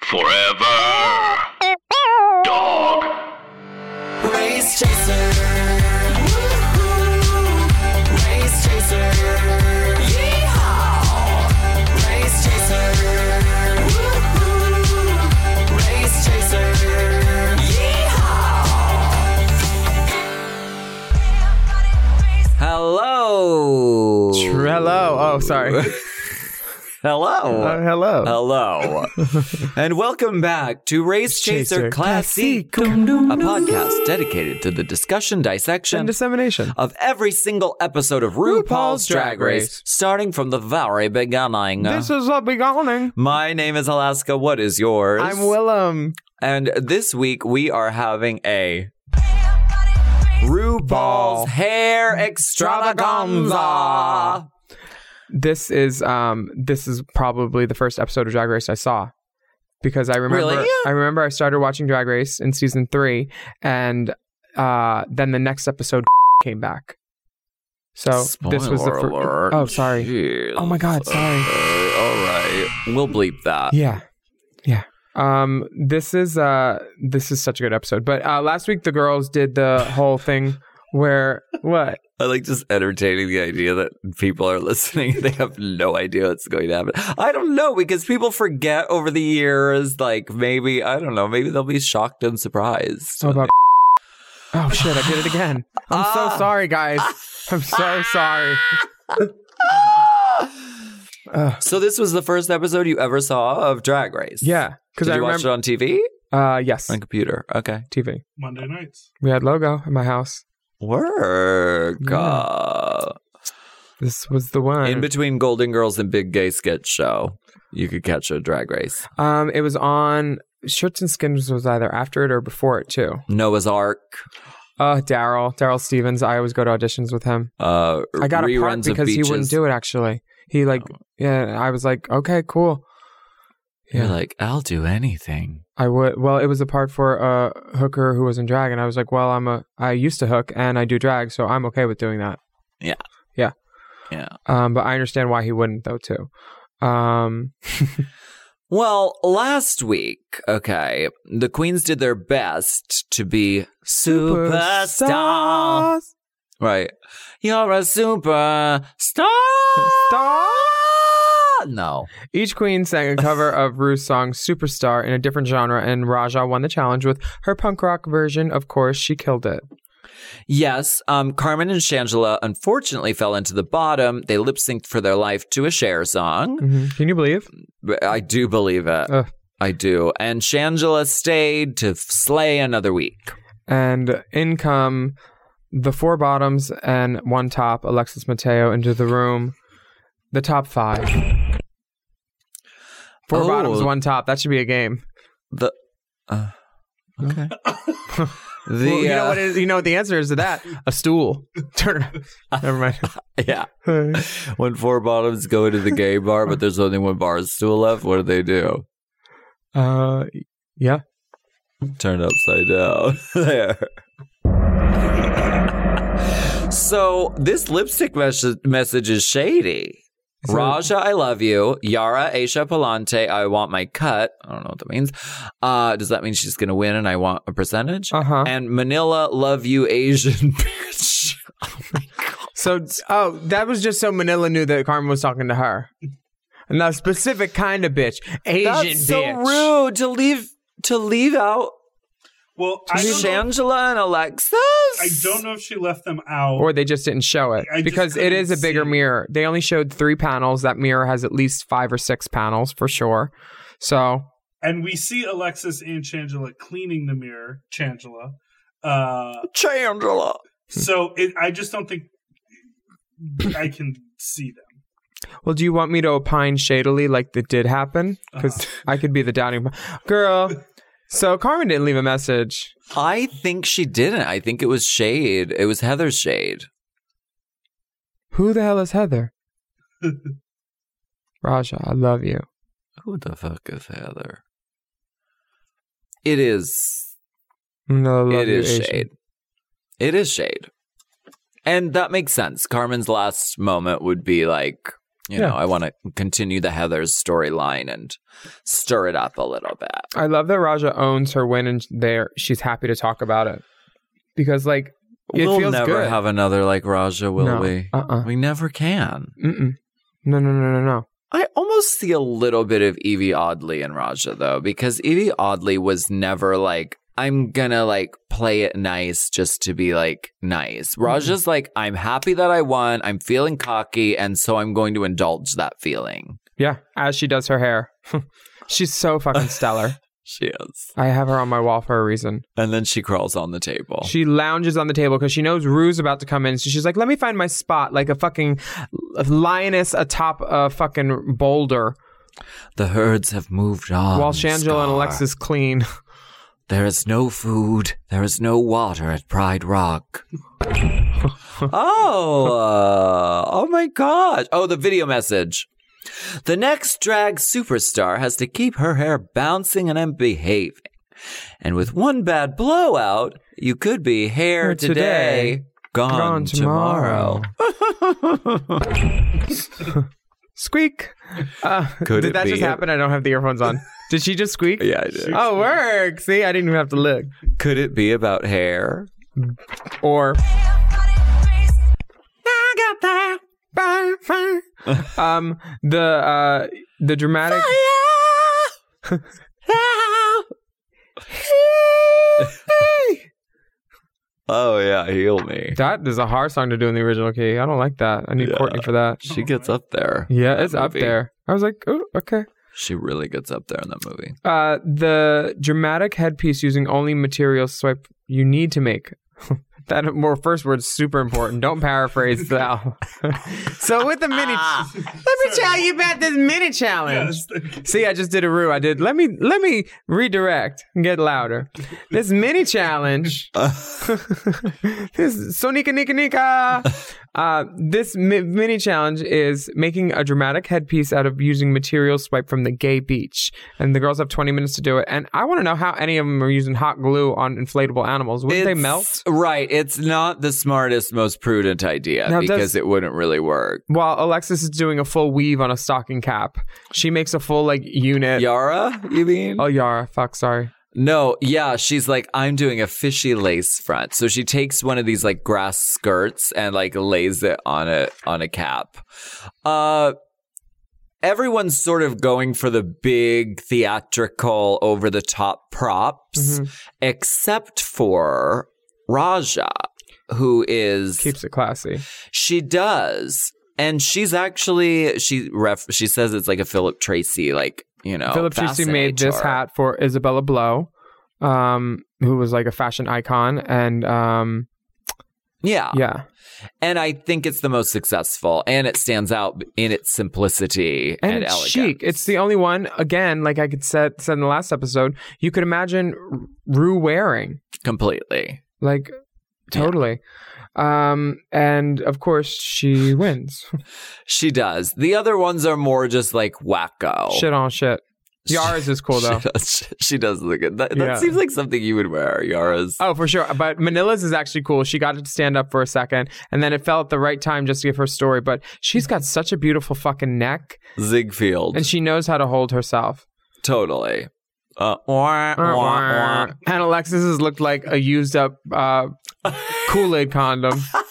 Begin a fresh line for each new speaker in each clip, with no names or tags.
Forever. Dog.
Race Chaser. Race Chaser. Yeehaw! Race Chaser. Race Chaser. Yeehaw!
Hello.
Hello. Oh, sorry.
Hello.
Uh, hello.
Hello. and welcome back to Race Chaser,
Chaser
Classique, a podcast dedicated to the discussion,
and
dissection
dissemination.
of every single episode of RuPaul's Drag Race,
Race.
starting from the very beginning.
This is a beginning.
My name is Alaska. What is yours?
I'm Willem.
And this week we are having a
Ball.
RuPaul's Hair Extravaganza.
This is um. This is probably the first episode of Drag Race I saw, because I remember.
Really?
I remember I started watching Drag Race in season three, and uh, then the next episode came back. So this was the
Spoiler alert.
first. Oh, sorry.
Jeez.
Oh my God, sorry.
Okay, Uh, all right. We'll bleep that.
Yeah. Yeah. Um this is uh this is such a good episode. But uh last week the girls did the whole thing where what?
I like just entertaining the idea that people are listening. They have no idea what's going to happen. I don't know because people forget over the years. Like maybe, I don't know, maybe they'll be shocked and surprised.
Oh, about Oh shit, I did it again. I'm
Ah.
so sorry guys. I'm so sorry. Ugh.
So this was the first episode you ever saw of Drag Race.
yeah, cuz
Did
I
you watch it
remember
on TV?
uh yes,
On computer. Okay.
TV.
Monday nights.
We had logo at my house.
Work.
Yeah.
Uh,
This was the one.
in between Golden Girls and Big Gay Sketch Show, you could catch a Drag Race.
um it was on Shirts and Skins was either after it or before it too.
Noah's Ark.
Uh Daryl, Daryl Stevens. I always go to auditions with him.
Uh,
I got a part
reruns of
because he
Beaches. Oh.
wouldn't do it. Actually, he like yeah. I was like, okay, cool.
You're
Yeah.
like, I'll do anything.
I would. Well, it was a part for a hooker who was in drag, and I was like, well, I'm a I used to hook and I do drag, so I'm okay with doing that.
Yeah.
Yeah.
Yeah.
Um, but I understand why he wouldn't though too. Um,
Well, last week, okay, the queens did their best to be superstar.
Superstars.
Right. You're a superstar.
Star.
No.
Each queen sang a cover of Rue's song "Superstar" in a different genre, and Raja won the challenge with her punk rock version. Of course, she killed it.
Yes, um, Carmen and Shangela unfortunately fell into the bottom. They lip synced for their life to a Cher song.
Mhm. Can you believe?
But I do believe it.
Ugh.
I do. And Shangela stayed to f- slay another week.
and in come the four bottoms and one top, Alexis Mateo, into the room. The top five. Four
Oh.
bottoms, one top. That should be a game.
The. Uh, okay. the,
Well, you, know
uh,
what it, you know what the answer is to that? A stool. Turn. Never mind.
yeah.
Uh,
When four bottoms go into the gay bar, but there's only one bar stool left, what do they do?
uh, yeah.
Turn upside down. there. so this lipstick mes- message is shady.
Is it-
Raja, I love you. Yara, Aisha Palante, I want my cut. I don't know what that means. Uh, does that mean she's going to win and I want a percentage?
Uh huh.
And Manila, love you, Asian bitch. Oh my God.
So, oh, that was just so Manila knew that Carmen was talking to her. And that specific kind of bitch, Asian
That's so
bitch.
rude to leave to leave out
Well, I don't, know,
Shangela and Alexis?
I don't know if she left them out.
Or they just didn't show it
I just
because it is a
couldn't
bigger
see.
mirror. They only showed three panels. That mirror has at least five or six panels for sure. So
and we see Alexis and Changela cleaning the mirror, Changela. Uh,
Hmm.
Shangela.
so it, I just don't think I can see them.
Well, do you want me to opine shadily like that did happen?
Uh,
Because I could be the doubting girl. So Carmen didn't leave a message.
I think she didn't. I think it was Shade. It was Heather's Shade.
Who the hell is Heather? Raja, I love you.
Who the fuck is Heather? It is.
No, Mm, I love
It
you,
is
Asian.
Shade. It is Shade. And that makes sense. Carmen's last moment would be like, you
Yeah.
know, I want to continue the Heather's storyline and stir it up a little bit.
I love that Raja owns her win and there she's happy to talk about it because like it
we'll
feels
never
good.
have another like Raja, will
No.
we?
Uh-uh.
We never can.
Mm-mm. No, no, no, no, no.
I almost see a little bit of Evie Oddly in Raja though, because Evie Oddly was never like, I'm gonna like play it nice just to be like nice.
Mm-hmm.
Raja's like, I'm happy that I won, I'm feeling cocky, and so I'm going to indulge that feeling.
Yeah, as she does her hair, she's so fucking stellar.
She is.
I have her on my wall for a reason.
And then she crawls on the table.
She lounges on the table because she knows Rue's about to come in. So she's like, let me find my spot, like a fucking lioness atop a fucking boulder
the herds have moved on.
while Shangela and
Scar.
Alexis clean.
There is no food. There is no water at Pride Rock. oh, uh, oh my gosh. Oh, the video message. The next drag superstar has to keep her hair bouncing and unbehaving. And with one bad blowout, you could be hair
Hair
today,
today,
gone,
gone
tomorrow.
Squeak. Uh,
Could
did
it
that
be
just
it?
happen? I don't have the earphones on. Did she just squeak?
Yeah, I did.
Oh, work. See, I didn't even have to look.
Could it be about hair?
Or. um the uh the dramatic
Oh, yeah, heal me.
that is a hard song to do in the original key i don't like that i need
Yeah.
courtney for that
She gets up there.
Oh, yeah it's up
Movie.
there i was like oh okay
She really gets up there in that movie.
Uh, the dramatic headpiece using only materials swipe you need to make. that more first word's super important. Don't paraphrase that. so with the mini, let me tell you about this mini challenge. See, I just did a roo. I did. Let me let me redirect and get louder. This mini challenge. this so nika nika nika. Uh, this mi- mini challenge is making a dramatic headpiece out of using material swiped from the gay beach, and the girls have 20 minutes to do it. And I want to know how any of them are using hot glue on inflatable animals. Wouldn't they
It's-
melt?
Right. It's not the smartest, most prudent idea
Now, does-
because it wouldn't really work.
While Alexis is doing a full weave on a stocking cap, she makes a full like unit.
Yara, you mean?
Oh, Yara, fuck, sorry.
No, yeah, she's like, I'm doing a fishy lace front. So she takes one of these like grass skirts and like lays it on a on a cap. Uh everyone's sort of going for the big theatrical over the top
Mm-hmm.
props except for Raja, who is
Keeps it classy.
She does. And she's actually she ref she says it's like a Philip Tracy, like, you know.
Philip Tracy made
fascinator.
this hat for Isabella Blow, um, who was like a fashion icon, and um,
Yeah.
yeah,
And I think it's the most successful and it stands out in its simplicity and,
and, it's
elegance.
chic. It's the only one. Again, like I could said said in the last episode, you could imagine Rue wearing
completely.
like totally, um, and of course she wins.
She does. The other ones are more just like wacko.
Shit on shit. Yara's is cool though.
She does, she does look good. That, that
Yeah.
seems like something you would wear, Yara's.
Oh, for sure. But Manila's is actually cool. She got to stand up for a second, and then it fell at the right time just to give her story. But she's got such a beautiful fucking neck.
Ziegfeld.
and she knows how to hold herself.
totally. Uh, wah, wah, wah.
And Alexis has looked like a used up uh, Kool Aid condom.
Ah!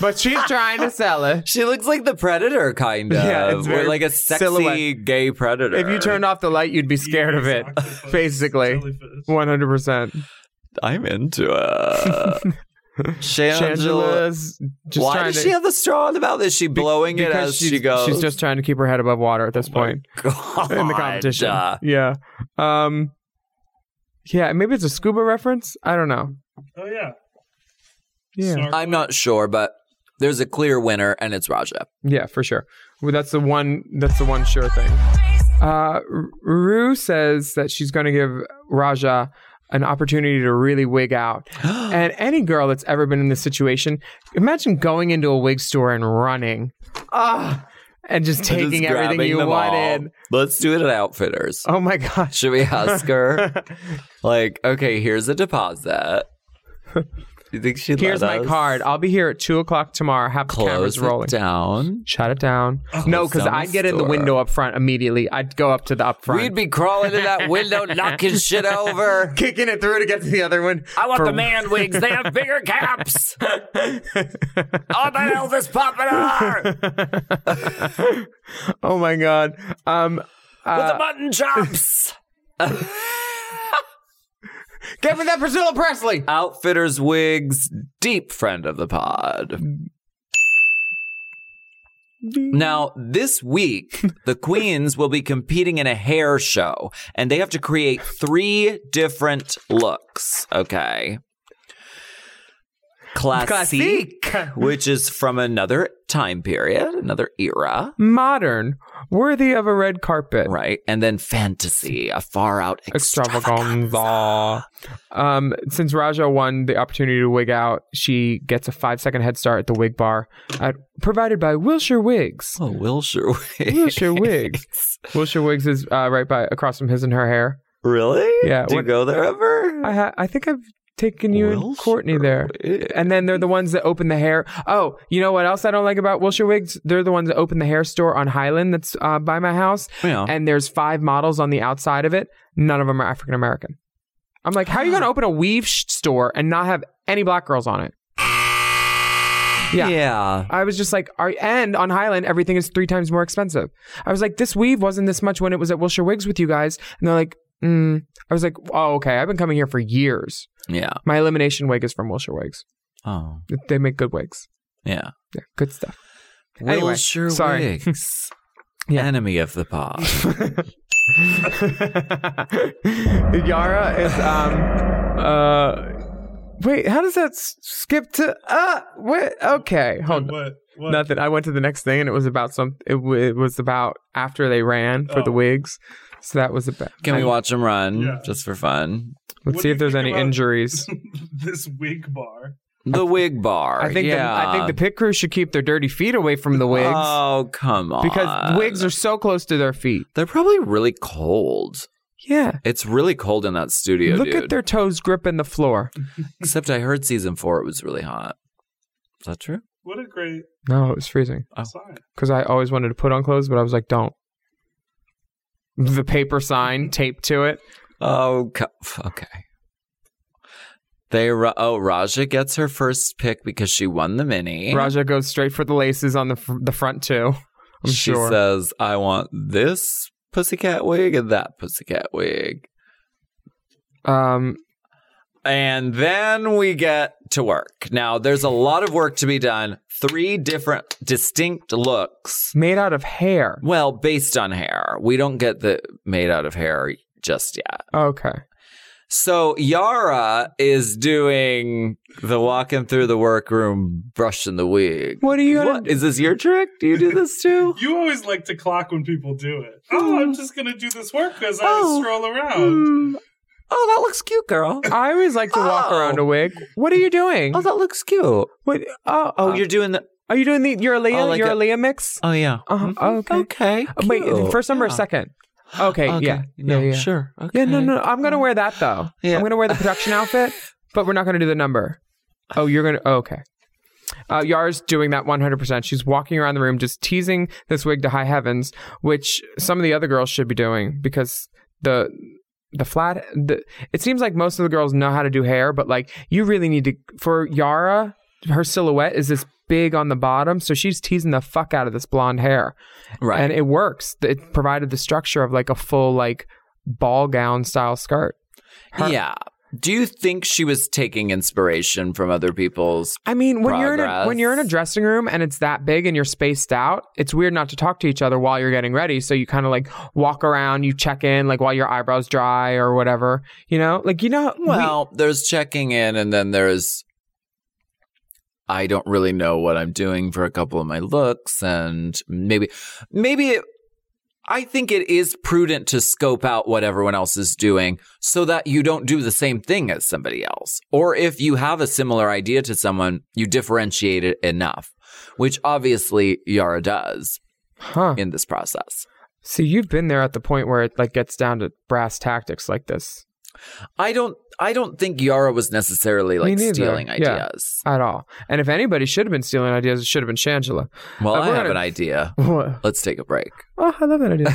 but she's trying to sell it.
She looks like the predator, kind of.
Yeah, it's
We're
very
like a sexy
silhouette.
gay predator.
If you turned off the light, you'd be scared of it.
Octopus,
Basically,
jellyfish.
one hundred percent.
I'm into it. Shangela.
Shangela's just
Why
trying
does
to.
she have the straw in the mouth? Is she blowing it
because
as
she's,
she goes?
She's just trying to keep her head above water at this point
God.
in the competition. Yeah. Um. Yeah, maybe it's a scuba reference. I don't know.
Oh yeah.
Yeah.
Snark-
I'm not sure, but there's a clear winner, and it's Raja.
Yeah, for sure. Well, that's the one. That's the one sure thing. Uh, R- Rue says that she's going to give Raja an opportunity to really wig out. and any girl that's ever been in this situation, imagine going into a wig store and running, ah, and just
Just
taking everything
grabbing
you
them
wanted.
all. Let's do it at Outfitters.
Oh my gosh.
Should we ask her? like, okay, here's a deposit. You think she?
Here's my card. I'll be here at two o'clock tomorrow. Have the
Close
cameras
it
rolling.
down.
Shut it down. no, because
down the
I'd get in the
store.
window up front immediately. I'd go up to the up front.
We'd be crawling to that window, knocking shit over.
kicking it through to get to the other one.
I want
For-
the man wigs. They have bigger caps. I want that Elvis Popular
oh my god. Um,
with the mutton chops.
get rid of that Priscilla Presley.
Outfitters Wigs, deep friend of the pod. Now, this week, the queens will be competing in a hair show, and they have to create three different looks, okay? Uh, Classique,
Classique.
which is from another time period, another era,
Modern, worthy of a red carpet.
right? And then fantasy, a far out
Extravaganza. Um, since Raja won the opportunity to wig out, she gets a five second head start at the wig bar, uh, provided by Wilshire Wigs.
Oh, Wilshire Wigs.
Wilshire Wigs. Wilshire Wigs is uh, right by across from his and her hair.
Really?
Yeah,
Do you
what-
go there ever?
I ha- I think I've taken you and
Wilshire
Courtney there.
Wigs.
And then they're the ones that open the hair. Oh, you know what else I don't like about Wilshire Wigs? They're the ones that open the hair store on Highland that's uh, by my house.
Yeah.
And there's five models on the outside of it. None of them are African American. I'm like, how are you going to open a weave sh- store and not have any black girls on it? Yeah.
yeah.
I was just like, are, and on Highland, everything is three times more expensive. I was like, this weave wasn't this much when it was at Wilshire Wigs with you guys. And they're like, mm. I was like, oh, okay. I've been coming here for years.
Yeah.
My elimination wig is from Wilshire Wigs.
Oh,
They make good wigs.
yeah.
Yeah, good stuff. Anyway,
Wilshire
sorry.
Wigs.
Yeah.
Enemy of the pod.
Yara is um uh wait, how does that s- skip to uh wait okay, hold on.
What? What?
Nothing. I went to the next thing and it was about some it, w- it was about after they ran for the
Oh.
wigs. So that was about
Can we watch him run
Yeah.
just for fun?
Let's
What
see
do
if
you
there's
think
any
about-
injuries.
this wig bar.
The wig bar.
I think
yeah.
the, I think the pit crew should keep their dirty feet away from the wigs
Oh, come on.
because wigs are so close to their feet.
They're probably really cold.
Yeah.
It's really cold in that studio,
Look
dude.
at their toes gripping the floor.
Except I heard season four it was really hot. Is that true?
What a great
No, it was freezing.
Oh.
sign.
because I always wanted to put on clothes, but I was like, don't. The paper sign taped to it.
Oh, co- f- okay. They ra- oh Raja gets her first pick because she won the mini.
Raja goes straight for the laces on the fr- the front too. I'm
she
sure.
says, "I want this pussycat wig and that pussycat wig."
um,
And then we get to work. Now, there's a lot of work to be done. Three different distinct looks.
made out of hair.
Well, based on hair. We don't get the made out of hair just yet.
Okay.
So Yara is doing the walking through the workroom, brushing the wig.
What are you gonna?
What? Is this your trick? Do you do this too?
You always like to clock when people do it. Oh, I'm just gonna do this work because I
Oh.
stroll around.
Hmm. oh, that looks cute, girl.
I always like to walk
Oh.
around a wig. What are you doing?
Oh, that looks cute.
What? Oh,
Oh,
oh,
you're doing the.
are you doing the? You're a Leah.
Oh, like
you're a
a-
Leah mix.
Oh yeah.
Uh-huh. Okay.
Okay.
Uh,
Wait,
cute.
first number or
Yeah.
second? Okay.
Okay.
Yeah.
No,
yeah. Yeah.
Sure. Okay.
Yeah, no, no. I'm gonna wear that though.
Yeah.
I'm gonna wear the production outfit, but we're not gonna do the number. Oh, you're gonna. Oh, okay. Uh, Yara's doing that 100%. She's walking around the room just teasing this wig to high heavens, which some of the other girls should be doing because the the flat the, it seems like most of the girls know how to do hair, but like you really need to for Yara, her silhouette is this
big on the bottom, so she's teasing the fuck out of this blonde hair.
Right.
And it works. It provided the structure of like a full like ball gown style skirt. her-
yeah. Do you think she was taking inspiration from other people's?
I mean, when you're in a
Progress.
when you're in a dressing room and it's that big and you're spaced out, it's weird not to talk to each other while you're getting ready. So you kind of like walk around, you check in like while your eyebrows dry or whatever. You know, like you know, we-
Well, there's checking in, and then there's I don't really know what I'm doing for a couple of my looks, and maybe, maybe it, I think it is prudent to scope out what everyone else is doing so that you don't do the same thing as somebody else. Or if you have a similar idea to someone, you differentiate it enough, which obviously Yara does
huh?
in this process.
So you've been there at the point where it like gets down to brass tactics like this
I don't, I don't think Yara was necessarily
Me
like
neither.
stealing
Yeah.
ideas.
at all. And if anybody should have been stealing ideas, it should have been Shangela.
Well,
Uh,
I
we're
have
gonna-
an idea.
What?
Let's take a break.
Oh, I love that idea.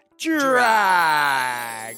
Drag.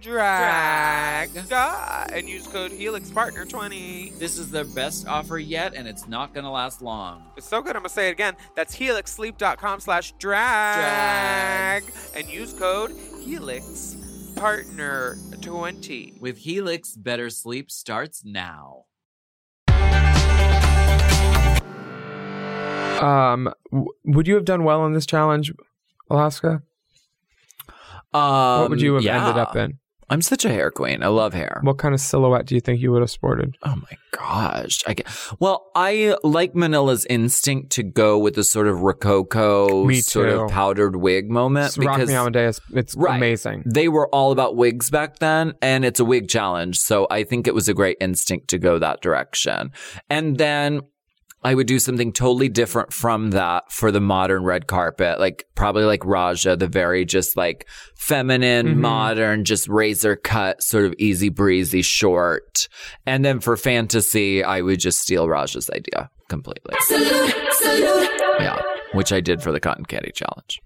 drag and use code HelixPartner20.
This is their best offer yet, and it's not going to last long.
It's so good, I'm gonna say it again. That's helixsleep.com slash drag and use code HelixPartner20.
With Helix, better sleep starts now.
Um, w- would you have done well in this challenge, Alaska?
Um,
What would you have
yeah.
ended up in?
I'm such a hair queen. I love hair.
What kind of silhouette do you think you would have sported?
Oh my gosh! I get, well, I like Manila's instinct to go with the sort of rococo,
Me
sort
too.
of powdered wig moment
It's Rock Me
Uh, because
Amadeus. It's
Right.
amazing.
they were all about wigs back then, and it's a wig challenge. So I think it was a great instinct to go that direction. And then I would do something totally different from that for the modern red carpet, like probably like Raja, the very just like feminine,
Mhm.
modern, just razor cut, sort of easy breezy short. And then for fantasy, I would just steal Raja's idea completely. Yeah, which I did for the cotton candy challenge.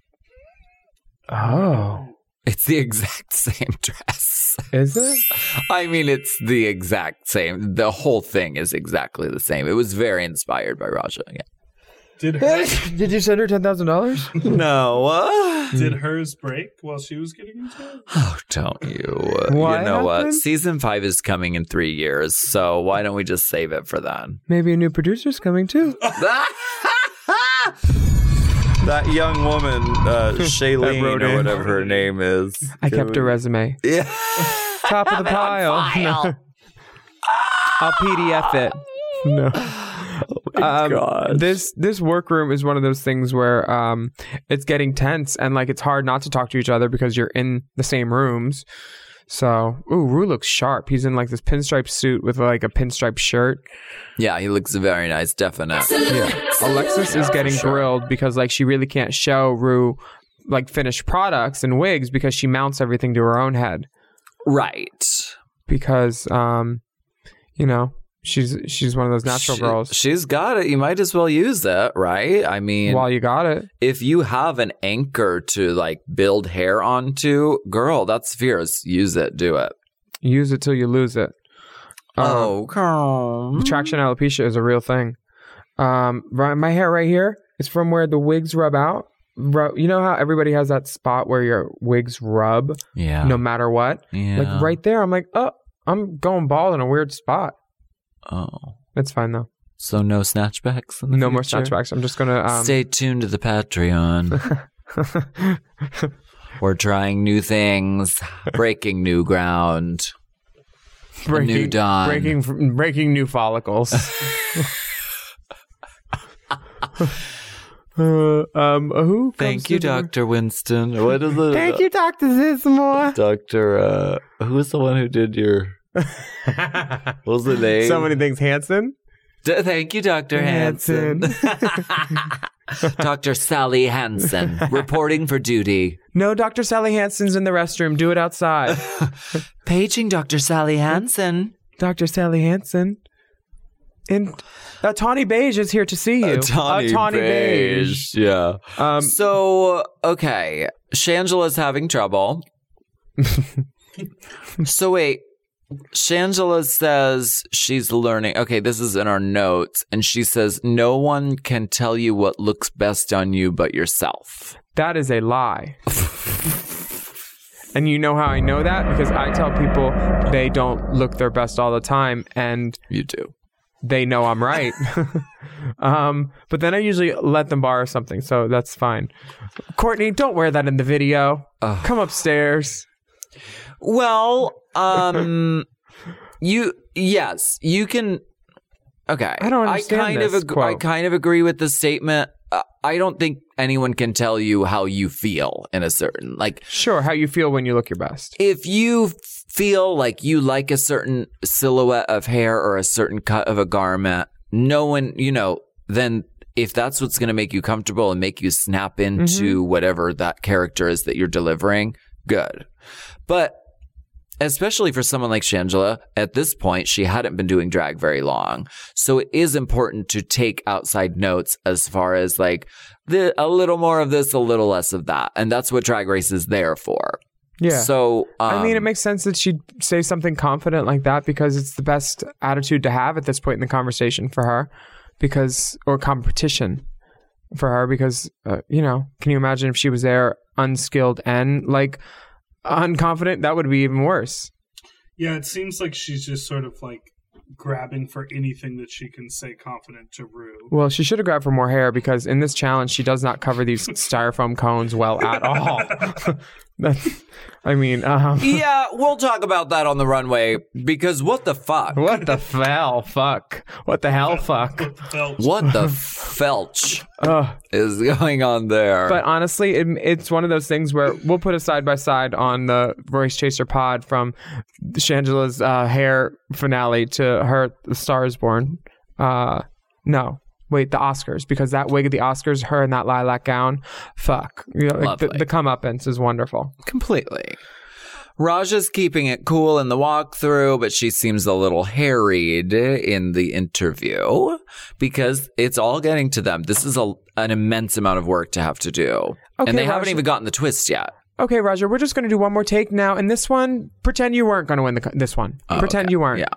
Oh,
It's the exact same dress.
is it?
I mean, it's the exact same. The whole thing is exactly the same. It was very inspired by Raja. Yeah.
Did her,
Did you send her ten thousand dollars?
No. uh,
Mm.
did hers break while she was getting into it?
Oh, don't you? uh,
What
you know what?
happened?
Season five is coming in three years, so why don't we just save it for then?
Maybe a new producer's coming too.
that young woman, uh, Shailene
wrote
or
in.
whatever her name is.
I kept a resume.
Yeah.
Top of the pile. No. I'll PDF it. No.
Oh my
um,
gosh.
This this workroom is one of those things where um, it's getting tense and like it's hard not to talk to each other because you're in the same rooms. So, ooh, Rue looks sharp. He's in like this pinstripe suit with like a pinstripe shirt.
Yeah, he looks very nice, definitely.
Alexis is getting grilled because like she really can't show Rue like finished products and wigs because she mounts everything to her own head
Right.
because um, you know she's she's one of those natural
She-
girls.
She's got it. You might as well use it, right? I mean,
While you got it,
if you have an anchor to like build hair onto, girl, that's fierce. Use it, do it.
use it till you lose it. Um,
oh, girl.
traction alopecia is a real thing. Um, right, my hair right here is from where the wigs rub out. Ru- you know how everybody has that spot where your wigs rub,
Yeah.
no matter what.
yeah.
Like right there, I'm like, oh, I'm going bald in a weird spot.
Oh.
It's fine though.
So no snatchbacks. in the
No more
future?
snatchbacks. I'm just gonna um,
Stay tuned to the Patreon. We're trying new things, breaking new ground.
breaking,
new dawn.
breaking, breaking new follicles. Uh, um, who? comes
Thank you,
to the-
Doctor Winston. What is it?
Thank you, Doctor Zismore.
Doctor. Uh, who was the one who did your? what was the name?
so many things. Hanson.
D- thank you, Doctor Hanson. Doctor Sally Hansen, reporting for duty.
no, Dr. Sally Hanson's in the restroom. Do it outside.
Paging Doctor Sally Hansen.
Dr. Sally Hanson. And uh, Tawny Beige is here to see you. Uh,
Yeah.
Um,
so okay, Shangela's having trouble. so wait, Shangela says she's learning. Okay, this is in our notes, and she says no one can tell you what looks best on you but yourself.
that is a lie. and you know how I know that? Because I tell people they don't look their best all the time. And
You do.
they know I'm right. um, but then I usually let them borrow something, so that's fine. Courtney, don't wear that in the video. Come upstairs.
Well, um, you yes, you can. Okay,
I don't understand
I kind
this
of ag- I
quote.
kind of agree with the statement. Uh, I don't think anyone can tell you how you feel in a certain like
Sure, how you feel when you look your best.
if you feel like you like a certain silhouette of hair or a certain cut of a garment, no one, you know, then if that's what's going to make you comfortable and make you snap into whatever that character is that you're delivering, good. But especially for someone like Shangela, at this point, she hadn't been doing drag very long. So it is important to take outside notes as far as like the, a little more of this, a little less of that. And that's what drag race is there for.
Yeah.
So um,
I mean, it makes sense that she'd say something confident like that because it's the best attitude to have at this point in the conversation for her, because or competition for her because uh, you know, can you imagine if she was there unskilled and like unconfident? That would be even worse.
Yeah, it seems like she's just sort of like grabbing for anything that she can say confident to Rue.
Well, she should have grabbed for more hair because in this challenge she does not cover these styrofoam cones well at all. That's, I mean, um,
yeah, we'll talk about that on the runway because what the fuck?
what the fell fuck? What the hell fuck?
Felt
What the felch
Ugh.
is going on there?
But honestly, it, it's one of those things where we'll put a side by side on the Royce Chaser pod from Shangela's uh, hair finale to her The Star is Born. Uh, no, wait, the Oscars because that wig at the Oscars, her in that lilac gown, fuck, you know, like the,
Lovely.
the comeuppance is wonderful.
completely. Raja's keeping it cool in the walkthrough, but she seems a little harried in the interview because it's all getting to them. This is a, an immense amount of work to have to do.
Okay,
and they haven't
Raja.
even gotten the twist yet.
Okay, Roger, we're just going to do one more take now. And this one, pretend you weren't going to win the, co- this one. pretend
okay.
you weren't.
Yeah.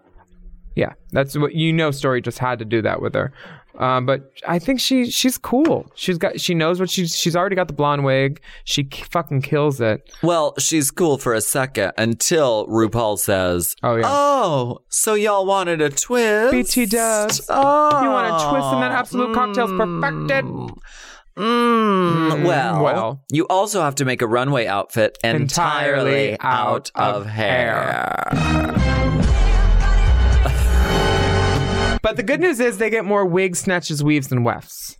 Yeah. That's what you know. Story just had to do that with her. Um, but I think she she's cool. She's got she knows what she's she's already got the blonde wig. She k- fucking kills it.
Well, she's cool for a second until RuPaul says,
Oh, yeah.
"Oh, so y'all wanted a twist?
BT does.
Oh,
You want to twist and then absolute cocktails perfected.
Mm, well,
well.
you also have to make a runway outfit entirely,
Entirely
out of hair. Oh.
But the good news is they get more wig snatches, weaves, and wefts.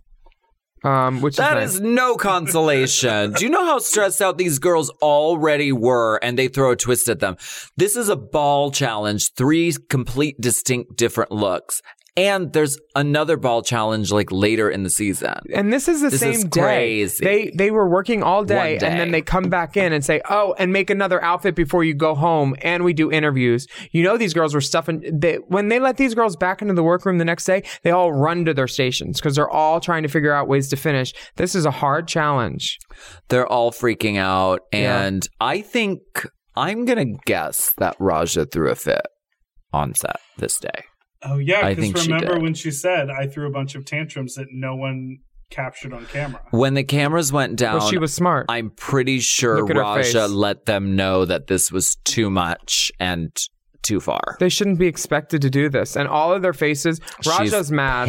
Um, which
That is
is, nice.
no consolation. Do you know how stressed out these girls already were and they throw a twist at them? This is a ball challenge, three complete distinct different looks. And there's another ball challenge like later in the season.
and this is the
This
same
is
day.
crazy.
They they were working all day,
One day.
and then they come back in and say, "Oh, and make another outfit before you go home." And we do interviews. You know, these girls were stuffing. They, when they let these girls back into the workroom the next day, they all run to their stations because they're all trying to figure out ways to finish. This is a hard challenge.
They're all freaking out.
Yeah.
And I think I'm going to guess that Raja threw a fit on set this day.
Oh yeah,
I think
because
she
remember
did.
when she said I threw a bunch of tantrums that no one captured on camera.
When the cameras went down,
Well, she was smart.
I'm pretty sure
Look at her
Raja
face.
let them know that this was too much and too far.
they shouldn't be expected to do this, and all of their faces. Raja's
She's
mad.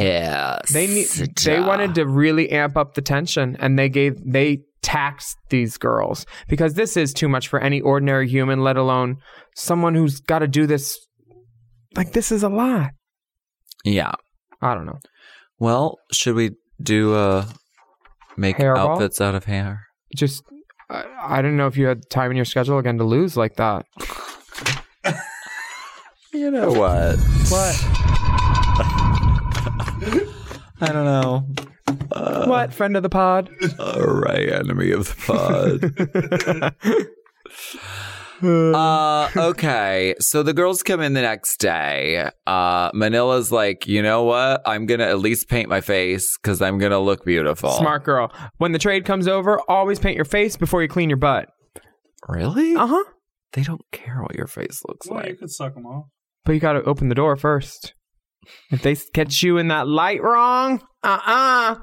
pissed.
They need. They wanted to really amp up the tension, and they gave they taxed these girls because this is too much for any ordinary human, let alone someone who's got to do this. Like this is a lot.
Yeah.
I don't know.
Well, should we do uh make
Hairball?
outfits out of hair?
Just I, I don't know if you had time in your schedule again to lose like that.
You know what?
What?
I don't know.
what friend of the pod?
All Uh, right, enemy of the pod. uh, okay, so the girls come in the next day. Uh, Manila's like, you know what? I'm gonna at least paint my face because I'm gonna look beautiful.
Smart girl. When the trade comes over, always paint your face before you clean your butt.
Really?
Uh huh.
They don't care what your face looks
Well, you
like.
could suck them off.
But you got to open the door first. If they catch you in that light wrong, uh uh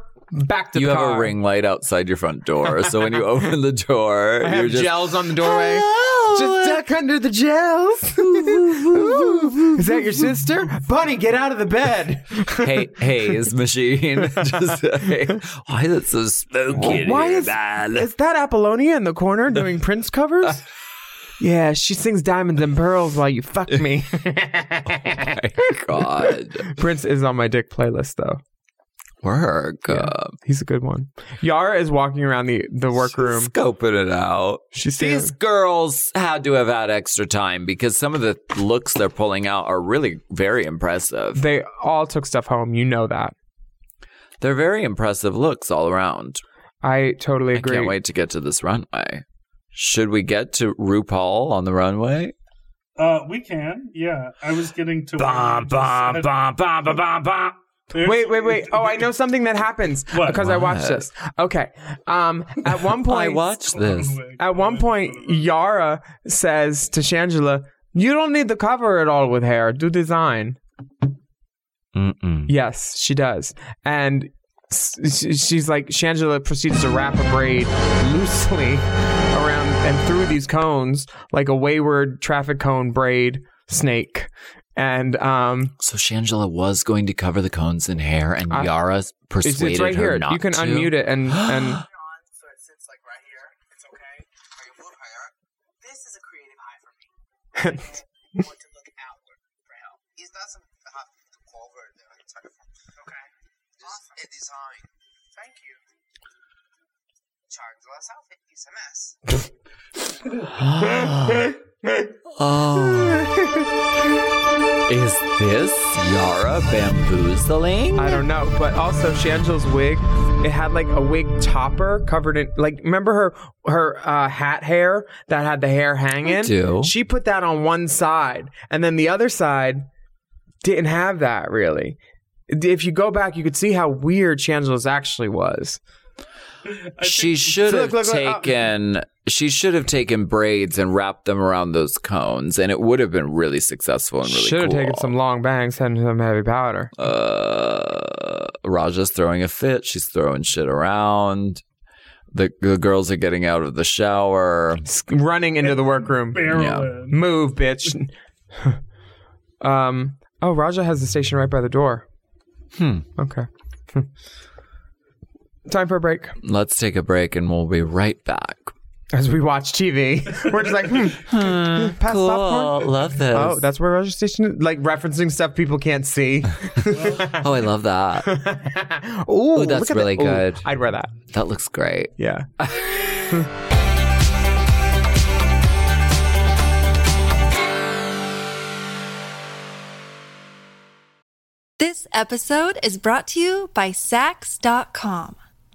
back to
You
the
have
car.
a ring light outside your front door, so when you open the door,
I
you're
have
just
gels on the doorway. Just duck under the gels. Is that your sister? Bunny, get out of the bed.
hey, haze machine. Just, hey, why is it so smoky? in
Why
here,
is,
man?
is that Apollonia in the corner doing Prince covers? Yeah, she sings Diamonds and Pearls while you fuck me.
God
Prince is on my dick playlist though.
work? Uh,
He's a good one. Yara is walking around the, the workroom.
scoping it out.
She's seeing-
These girls had to have had extra time because some of the looks they're pulling out are really very impressive.
they all took stuff home. You know that.
They're very impressive looks all around.
I totally
I
agree.
can't wait to get to this runway. Should we get to RuPaul on the runway?
Uh, we can. Yeah, I was getting to. where you
Bum,
just
bum,
said-
bum, bum, bum, bum, bum.
There's-
Wait, wait, wait. Oh, I know something that happens
What?
because I
What?
watched this. Okay. Um, at one point,
I watched this.
At one point,
uh-uh.
Yara says to Shangela, "You don't need to cover it all with hair. Do design."
Mm-mm.
Yes, she does, and s- sh- she's like Shangela proceeds to wrap a braid loosely around and through these cones like a wayward traffic cone braid snake, and um.
So Shangela was going to cover the cones in hair, and
I-
Yara
It's,
persuaded
it's right
her
here.
not
You can
to.
unmute it and and
so it sits like right here. It's okay. I can move higher. This is a creative high for me. I want to look outward for help. Is that some hot to go over there on the telephone? Okay. Just a design. Thank you. Charge last outfit is a mess.
oh. Is this Yara bamboozling?
I don't know, but also Shangela's wig, it had like a wig topper covered in like remember her her uh, hat hair that had the hair hanging.
do.
She put that on one side, and then the other side didn't have that really. If you go back, you could see how weird Shangela's actually was.
she should
Look,
have
look, look, uh,
taken she should have taken braids and wrapped them around those cones and it would have been really successful and really
Should have
cool.
taken some long bangs and some heavy powder.
uh Raja's throwing a fit, she's throwing shit around. The the girls are getting out of the shower.
S- Running into the workroom.
Barreling.
Move, bitch. um. Oh, Raja has the station right by the door. Hmm. Okay. Hmm. Time for a break.
Let's take a break and we'll be right back.
As we watch TV, we're just like, hmm, pass popcorn.
Love this.
Oh, that's where Raja station is. Like referencing stuff people can't see.
oh, I love that.
Ooh,
that's
look at
really
that. Ooh,
good.
I'd wear that.
That looks great.
Yeah.
This episode is brought to you by Sax.com.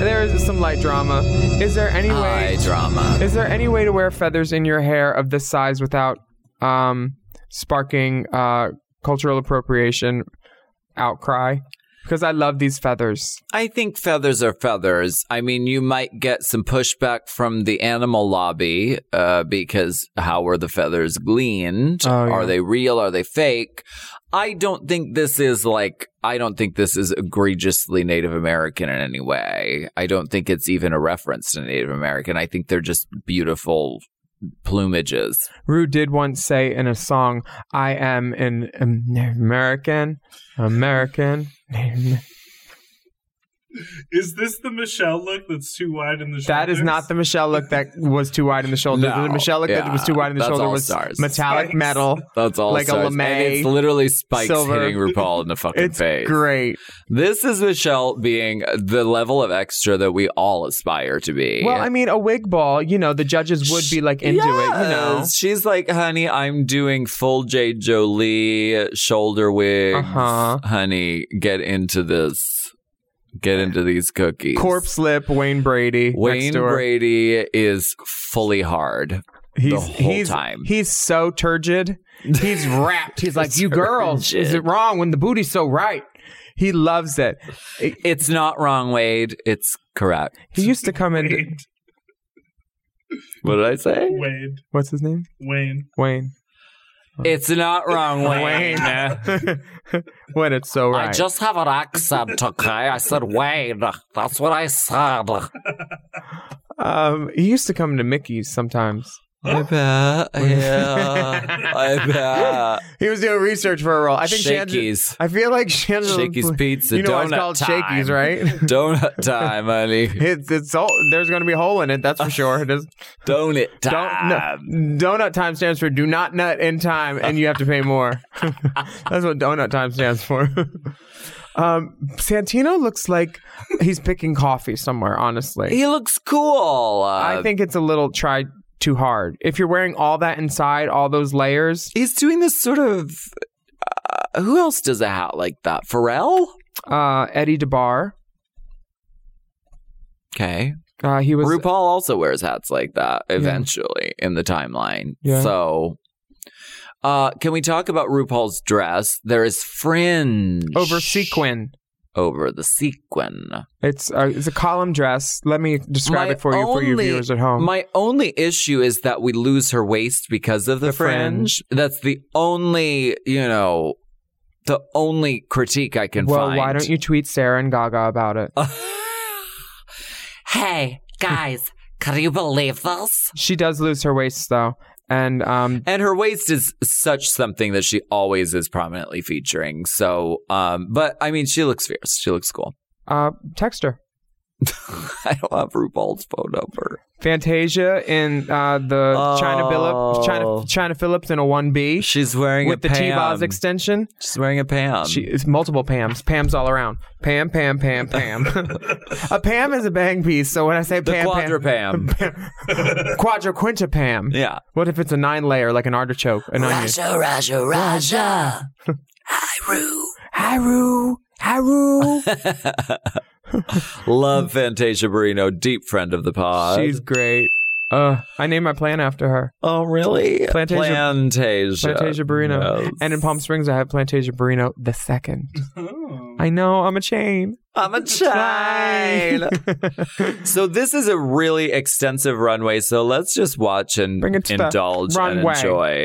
There is some light drama. Is there any way?
Hi, drama.
Is there any way to wear feathers in your hair of this size without um, sparking uh, cultural appropriation outcry? Because I love these feathers.
I think feathers are feathers. I mean, you might get some pushback from the animal lobby uh, because how were the feathers gleaned?
Oh, yeah.
Are they real? Are they fake? I don't think this is like, I don't think this is egregiously Native American in any way. I don't think it's even a reference to Native American. I think they're just beautiful plumages.
Rue did once say in a song, "I am an American, American."
Is this the Michelle look that's too wide in the shoulders?
That is not the Michelle look that was too wide in the shoulder.
No,
the Michelle look
yeah,
that was too wide in the
that's
shoulder
all
was
stars.
metallic
Spikes.
metal.
That's all
Like a
stars. And
lame,
It's literally spikes
silver.
hitting RuPaul in the fucking
It's
face.
great.
This is Michelle being the level of extra that we all aspire to be.
Well, I mean, a wig ball. You know, the judges would be like into it. You know,
Yes. She's like, honey, I'm doing full J. Jolie shoulder wigs.
Uh-huh.
Honey, get into this. Get into these cookies.
Corpse Lip, Wayne Brady.
Wayne
next door.
Brady is fully hard.
he's,
whole
he's,
time.
He's so turgid. He's wrapped. He's like, you girls, is it wrong when the booty's so right? He loves it. It-
It's not wrong, Wade. It's correct.
He used to come in.
Wayne.
What did I say?
Wayne.
What's his name?
Wayne.
Wayne.
It's not wrong, Wayne.
when it's so right.
I just have an accent, okay? I said Wayne. That's what I said.
um, he used to come to Mickey's sometimes.
I bet. Yeah. I
He was doing research for a role. I
bet.
think Shangela-
Shakies.
I feel like Shangela.
Shakey's Pizza.
You know why it's
donut
called
time.
Shakey's, right?
donut time, honey.
It's it's all there's going to be a hole in it. That's for sure. It is.
Donut
Don't,
time.
no, donut time stands for do not nut in time, and you have to pay more. That's what donut time stands for. um, Santino looks like he's picking coffee somewhere. Honestly,
He looks cool. Uh,
I think it's a little tried too hard. If you're wearing all that inside, all those layers,
he's doing this sort of. Uh, who else does a hat like that? Pharrell.
uh, Eddie DeBar,
Okay.
uh, he was.
RuPaul also wears hats like that eventually in the timeline.
Yeah.
So Uh, can we talk about RuPaul's dress? There is fringe
Over sequin.
over the sequin.
It's a, it's a column dress. Let me describe it for you for your
only-
viewers at home.
My only issue is that we lose her waist because of the, fringe. That's the only, you know, the only critique I can
well,
find.
why don't you tweet Sarah and Gaga about it?
Hey, guys, can you believe this?
she does lose her waist though, and um,
And her waist is such something that she always is prominently featuring. So, um, but I mean, she looks fierce. She looks cool.
uh, text her.
I don't have RuPaul's phone number.
Fantasia in uh, the China
Oh.
Phillip China China Phillips in a one B
She's wearing
with
a
the T Boz
Pam. Um,
extension.
She's wearing a Pam.
She it's multiple Pams. Pams all around. Pam, Pam, Pam, Pam. a Pam is a bang piece. So when I say
the
Pam,
quadra Pam.
Pam, quadra Pam.
Yeah.
What if it's a nine layer like an artichoke, an onion?
Raja, Raja.
Haru, Haru.
Love Fantasia Barrino, deep friend of the pod.
She's great. Uh, I named my plan after her,
oh, really?
Plantasia-
Plantasia.
Plantasia Barrino.
Yes.
And in Palm Springs, I have Plantasia Barrino the second. I know I'm a chain.
I'm a child. so this is a really extensive runway. So let's just watch and
Bring it to the
indulge and
runway.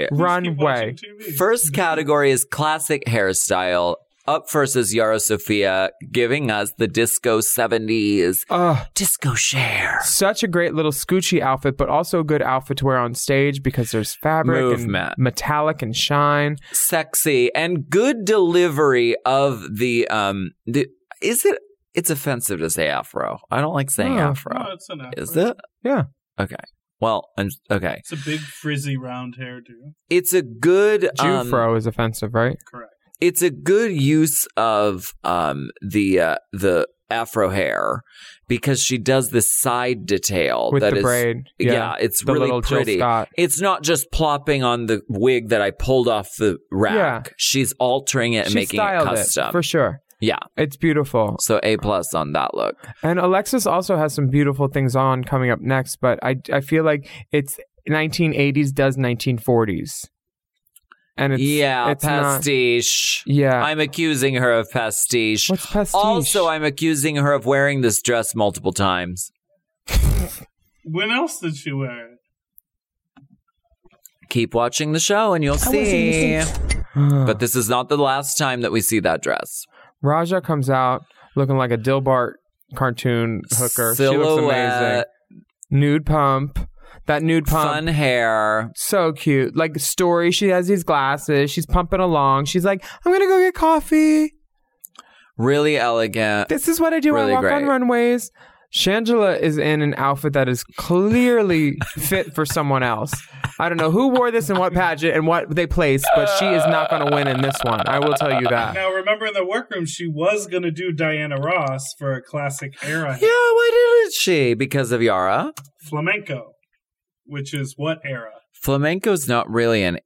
enjoy.
Runway.
Watching TV.
First category is classic hairstyle. Up first is Yara Sofia giving us the disco 70s.
Ugh.
Disco share.
such a great little scoochy outfit, but also a good outfit to wear on stage because there's fabric
Movement.
and metallic and shine.
Sexy and good delivery of the um the is it it's offensive to say afro. I don't like saying
No.
afro.
No, it's an effort.
Is it?
Yeah.
Okay. Well, I'm okay.
It's a big frizzy round hairdo.
It's a good um,
Jufro is offensive, right?
Correct.
it's a good use of um, the uh, the afro hair because she does this side detail
With
that
the
is-
braid.
Yeah,
Yeah.
it's
The
really
little Jill
pretty.
Scott.
It's not just plopping on the wig that I pulled off the rack.
Yeah.
She's altering it and
she
making it
styled
custom.
for sure.
Yeah.
It's beautiful.
So A plus on that look.
And Alexis also has some beautiful things on coming up next, but I, I feel like it's 1980s does 1940s. And it's
yeah,
it's not-
pastiche.
yeah.
I'm accusing her of pastiche.
What's pastiche?
Also, I'm accusing her of wearing this dress multiple times.
When else did she wear it?
keep watching the show and you'll see. but this is not the last time that we see that dress.
Raja comes out looking like a Dilbart cartoon hooker. She looks amazing.
Silhouette.
Nude pump. That nude pump.
Fun hair.
So cute. Like story. She has these glasses. She's pumping along. She's like, I'm gonna go get coffee.
Really elegant.
This is what I do.
Really
I walk
great.
on runways. Shangela is in an outfit that is clearly fit for someone else. I don't know who wore this and what pageant and what they placed, but she is not going to win in this one. I will tell you
Ah.
that.
Now remember in the workroom she was gonna do Diana Ross for a classic era
yeah, why didn't she? Because of Yara.
flamenco, which is what era?
Flamenco's not really an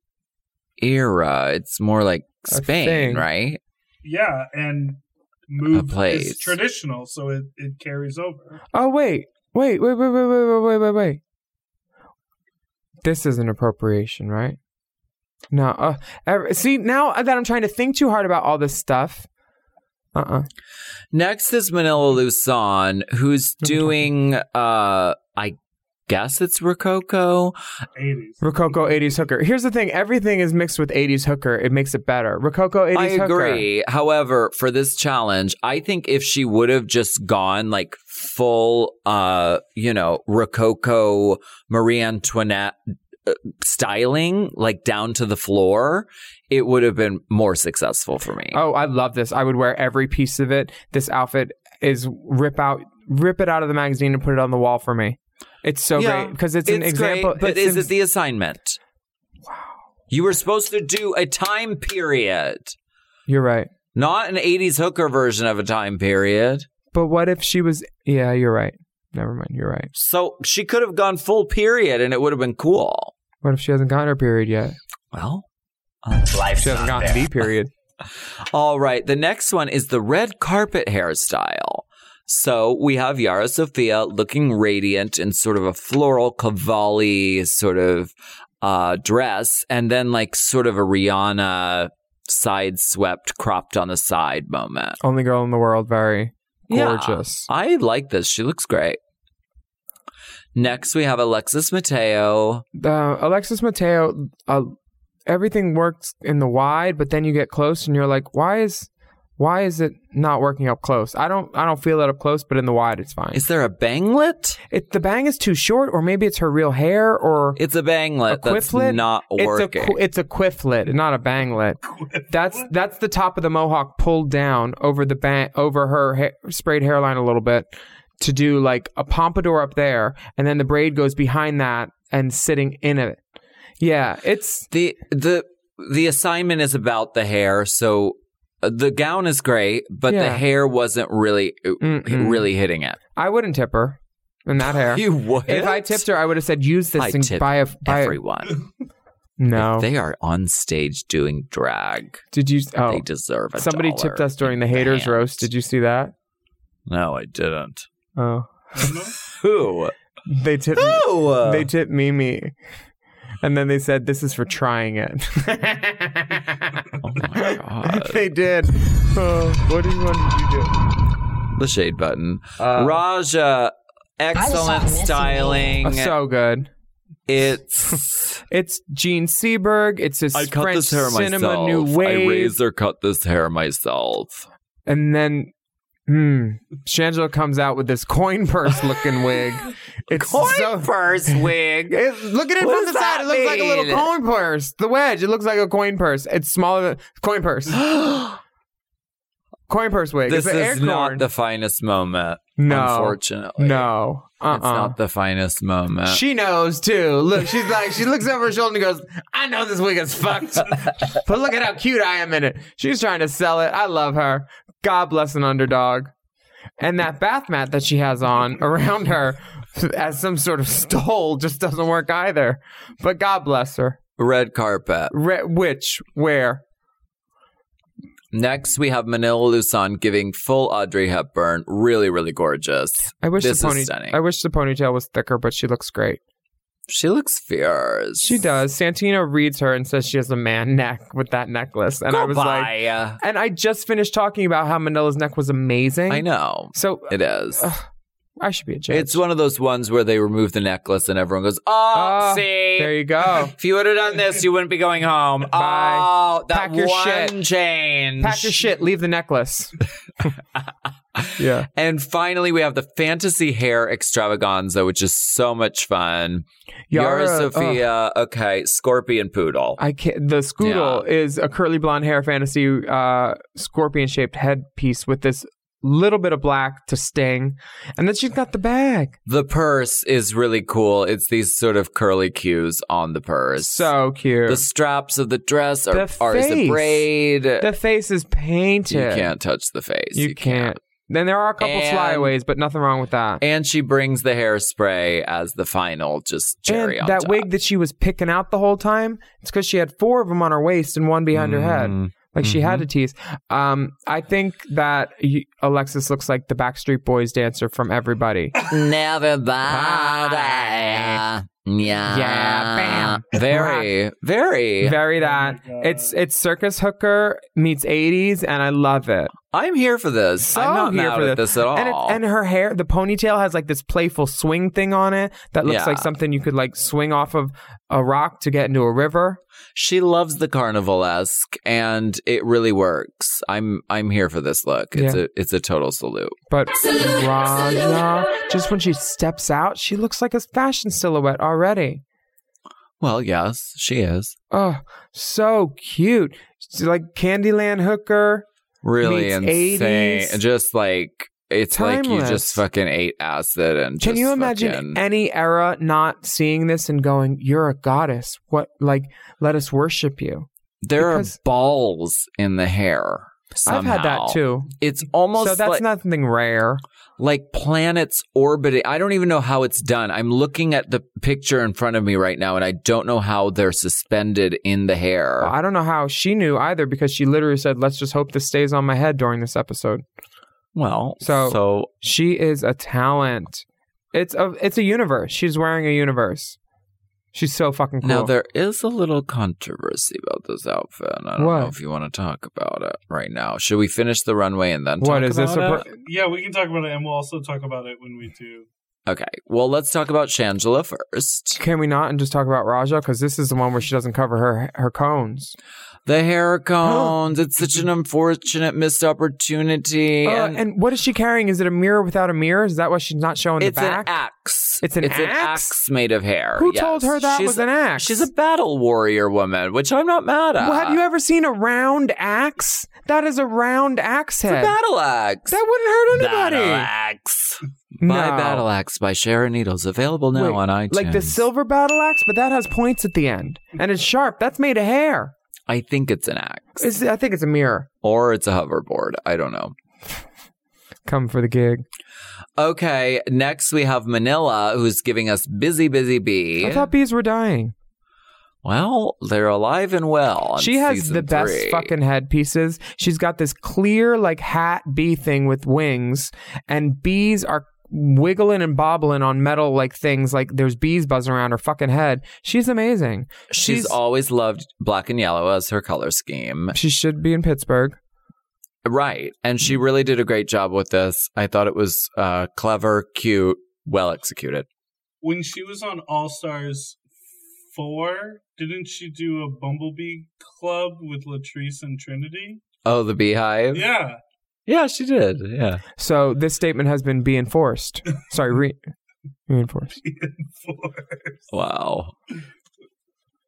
era. It's more like
A thing.
Spain, right?
Yeah, and move
place.
is traditional, so it, it carries over.
Oh wait, wait, wait, wait, wait, wait, wait, wait, wait, wait. This is an appropriation, right? No. Uh, ever, see, now that I'm trying to think too hard about all this stuff. Uh uh
Next is Manila Luzon, who's doing uh I guess it's Rococo.
Eighties.
Rococo 80s hooker. Here's the thing everything is mixed with 80s hooker. It makes it better. Rococo 80s
I
hooker.
agree. However, for this challenge, I think if she would have just gone like full, uh, you know, Rococo Marie Antoinette uh, styling, like down to the floor, it would have been more successful for me.
Oh, I love this. I would wear every piece of it. This outfit is rip out, rip it out of the magazine and put it on the wall for me. It's so great because it's, an example.
Great, but is
it's-
it the assignment? Wow. You were supposed to do a time period,
You're right.
not an 80s hooker version of a time period.
But what if she was? Yeah, you're right. Never mind. You're right.
So she could have gone full period and it would have been cool.
What if she hasn't gotten her period yet?
Well,
She hasn't gotten the period.
All right. The next one is the red carpet hairstyle. So we have Yara Sofia looking radiant in sort of a floral cavalli sort of uh, dress, and then like sort of a Rihanna side swept, cropped on the side moment.
Only girl in the world, very
Yeah.
gorgeous.
I like this. She looks great. Next, we have Alexis Mateo.
Uh, Alexis Mateo, uh, everything works in the wide, but then you get close and you're like, why is why is it not working up close? I don't I don't feel it up close, but in the wide it's fine.
Is there a banglet?
It, the bang is too short, or maybe it's her real hair, or
It's a banglet that's
quifflet?
not working.
It's a, qu- it's a quifflet, not a banglet. That's that's the top of the mohawk pulled down over the bang over her ha- sprayed hairline a little bit to do like a pompadour up there, and then the braid goes behind that and sitting in it. Yeah, it's
the the the assignment is about the hair, so uh, the gown is great, but the
Yeah.
hair wasn't really uh,
Mm-mm.
really hitting it.
I wouldn't tip her in that hair.
You would
If I tipped her, I would have said use this
I
and
tip
buy a buy a-
everyone.
No,
They are on stage doing drag.
did you? Oh,
they deserve a
somebody
dollar.
tipped us during the haters
hand.
roast. Did you see that?
No, I didn't.
Oh.
Who?
They tipped
Who?
they tipped Mimi. And then they said this is for trying it. Oh they did. Oh, what did you want to Um, do?
The shade button. Raja, excellent styling.
Oh, so good.
It's
It's Gene Seberg. It's his
I cut
French
this hair
cinema
myself.
new
I
wave.
razor cut this hair myself.
and then hmm, Shangela comes out with this coin purse looking wig. It's coin
purse wig.
look at it
What does
from the side. It
that
looks like a little
mean?
coin purse. The wedge. It looks like a coin purse. It's smaller than coin purse. coin purse wig.
This
it's an
is
air
not
corn.
the finest moment.
No.
Unfortunately.
no. Uh-uh.
It's not the finest moment.
she knows too. Look, she's like she looks over her shoulder and goes, "I know this wig is fucked, but look at how cute I am in it." She's trying to sell it. I love her. God bless an underdog. And that bath mat that she has on around her as some sort of stole just doesn't work either. But God bless her.
Red carpet.
Re- which where?
Next, we have Manila Luzon giving full Audrey Hepburn. Really, really gorgeous.
I wish
this
the pony.
is stunning.
I wish the ponytail was thicker, but she looks great.
she looks fierce.
She does. Santino reads her and says she has a man neck with that necklace, and I was like,
Goodbye.
And I just finished talking about how Manila's neck was amazing.
I know.
So
It is.
I should be a judge.
It's one of those ones where they remove the necklace and everyone goes, "Oh,
Ah,
see,
There you go.
if you would have done this, you wouldn't be going home."
Bye.
Oh, that
Pack your
one
shit.
change.
Pack your shit. Leave the necklace. yeah.
And finally, we have the fantasy hair extravaganza, which is so much fun. Yara,
Yara, uh,
Sophia, okay, scorpion poodle.
I can't, the scoodle is a curly blonde hair fantasy uh, scorpion shaped headpiece with this little bit of black to sting, and then she's got the bag.
the purse is really cool. It's these sort of curly cues on the purse.
So cute.
the straps of the dress are,
The
are is a
face.
braid.
the face is painted.
you can't touch the face.
You, can't. Then there are a couple
And-
flyaways, but nothing wrong with that.
And she brings the hairspray as the final, just cherry
and
on
that
top.
wig that she was picking out the whole time it's because she had four of them on her waist and one behind her head like she had to tease um, i think that you, alexis looks like the backstreet boys dancer from everybody
Never
Bye.
Yeah.
Yeah, bam.
Very, very.
very that it's it's circus hooker meets 80s and i love it
I'm here for this.
so
I'm not
here
mad
for
at this at all.
and, it- and her hair the ponytail has like this playful swing thing on it that looks
Yeah.
like something you could like swing off of a rock to get into a river
she loves the carnivalesque, and it really works. I'm I'm here for this look. It's
Yeah.
a it's a total salute.
But Raja, just when she steps out, she looks like a fashion silhouette already.
Well, yes, she is
Oh, so cute. She's like Candyland hooker.
really
Meets
insane.
80s.
Just like it's like you just
Timeless.
fucking ate acid and.
Can
just
you imagine
fucking-
any era not seeing this and going, You're a goddess. What like let us worship you.
There
Because-
are balls in the hair.
I've had
somehow.
that too.
It's almost
so that's
like,
nothing rare.
like planets orbiting. I don't even know how it's done. I'm looking at the picture in front of me right now, and I don't know how they're suspended in the hair.
I don't know how she knew either because she literally said, Let's just hope this stays on my head during this episode.
well, so,
So-
so
She is a talent. It's a it's a universe. She's wearing a universe. She's so fucking cool.
Now there is a little controversy about this outfit. and I don't
What?
know if you want to talk about it right now. Should we finish the runway and then
What,
talk
is this
about
a
it?
Yeah, we can talk about it, and we'll also talk about it when we do.
Okay. Well, let's talk about Shangela first.
Can we not and just talk about Raja? Because this is the one where she doesn't cover her her cones.
The
Oh.
hair cones. it's such an unfortunate missed opportunity.
Uh,
and
and, what is she carrying? Is it a mirror without a mirror? Is that why she's not showing
it's
the
an
back?
axe.
It's an
it's an
axe?
axe made of hair.
Who
yes.
told her that
She's-
was an axe?
She's a battle warrior woman, which I'm not mad at.
Well, have you ever seen a round axe? That is a round axe
It's a uh,
head.
battle axe.
That wouldn't hurt
Battle
anybody.
axe.
No.
My battle axe by Sharon Needles available now
Wait,
on iTunes.
Like the silver battle axe, but that has points at the end and it's sharp. That's made of hair.
I think it's an axe
It's, I think it's a mirror.
or it's a hoverboard. I don't know.
Come for the gig.
Okay, next we have Manila, who's giving us Busy Busy Bee.
I thought bees were dying.
well, they're alive and well. on
She has
season
the best
three.
fucking headpieces. She's got this clear like hat bee thing with wings, and bees are wiggling and bobbling on metal like things. Like there's bees buzzing around her fucking head. She's amazing.
She's, always loved black and yellow as her color scheme.
she should be in Pittsburgh.
Right. And she really did a great job with this. I thought it was uh, clever, cute, well executed.
When she was on All Stars four, didn't she do a Bumblebee Club with Latrice and Trinity?
Oh, the beehive?
Yeah,
Yeah, she did. Yeah.
So this statement has been be enforced. Sorry, re- reinforced.
four.
Wow.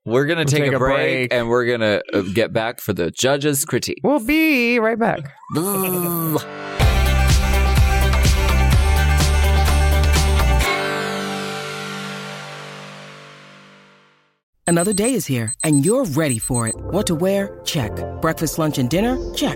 We're going to
We'll
take, a, break, and we're going to uh, get back for the judges' critique.
We'll be right back.
Another day is here, and you're ready for it. What to wear? Check. Breakfast, lunch, and dinner? Check.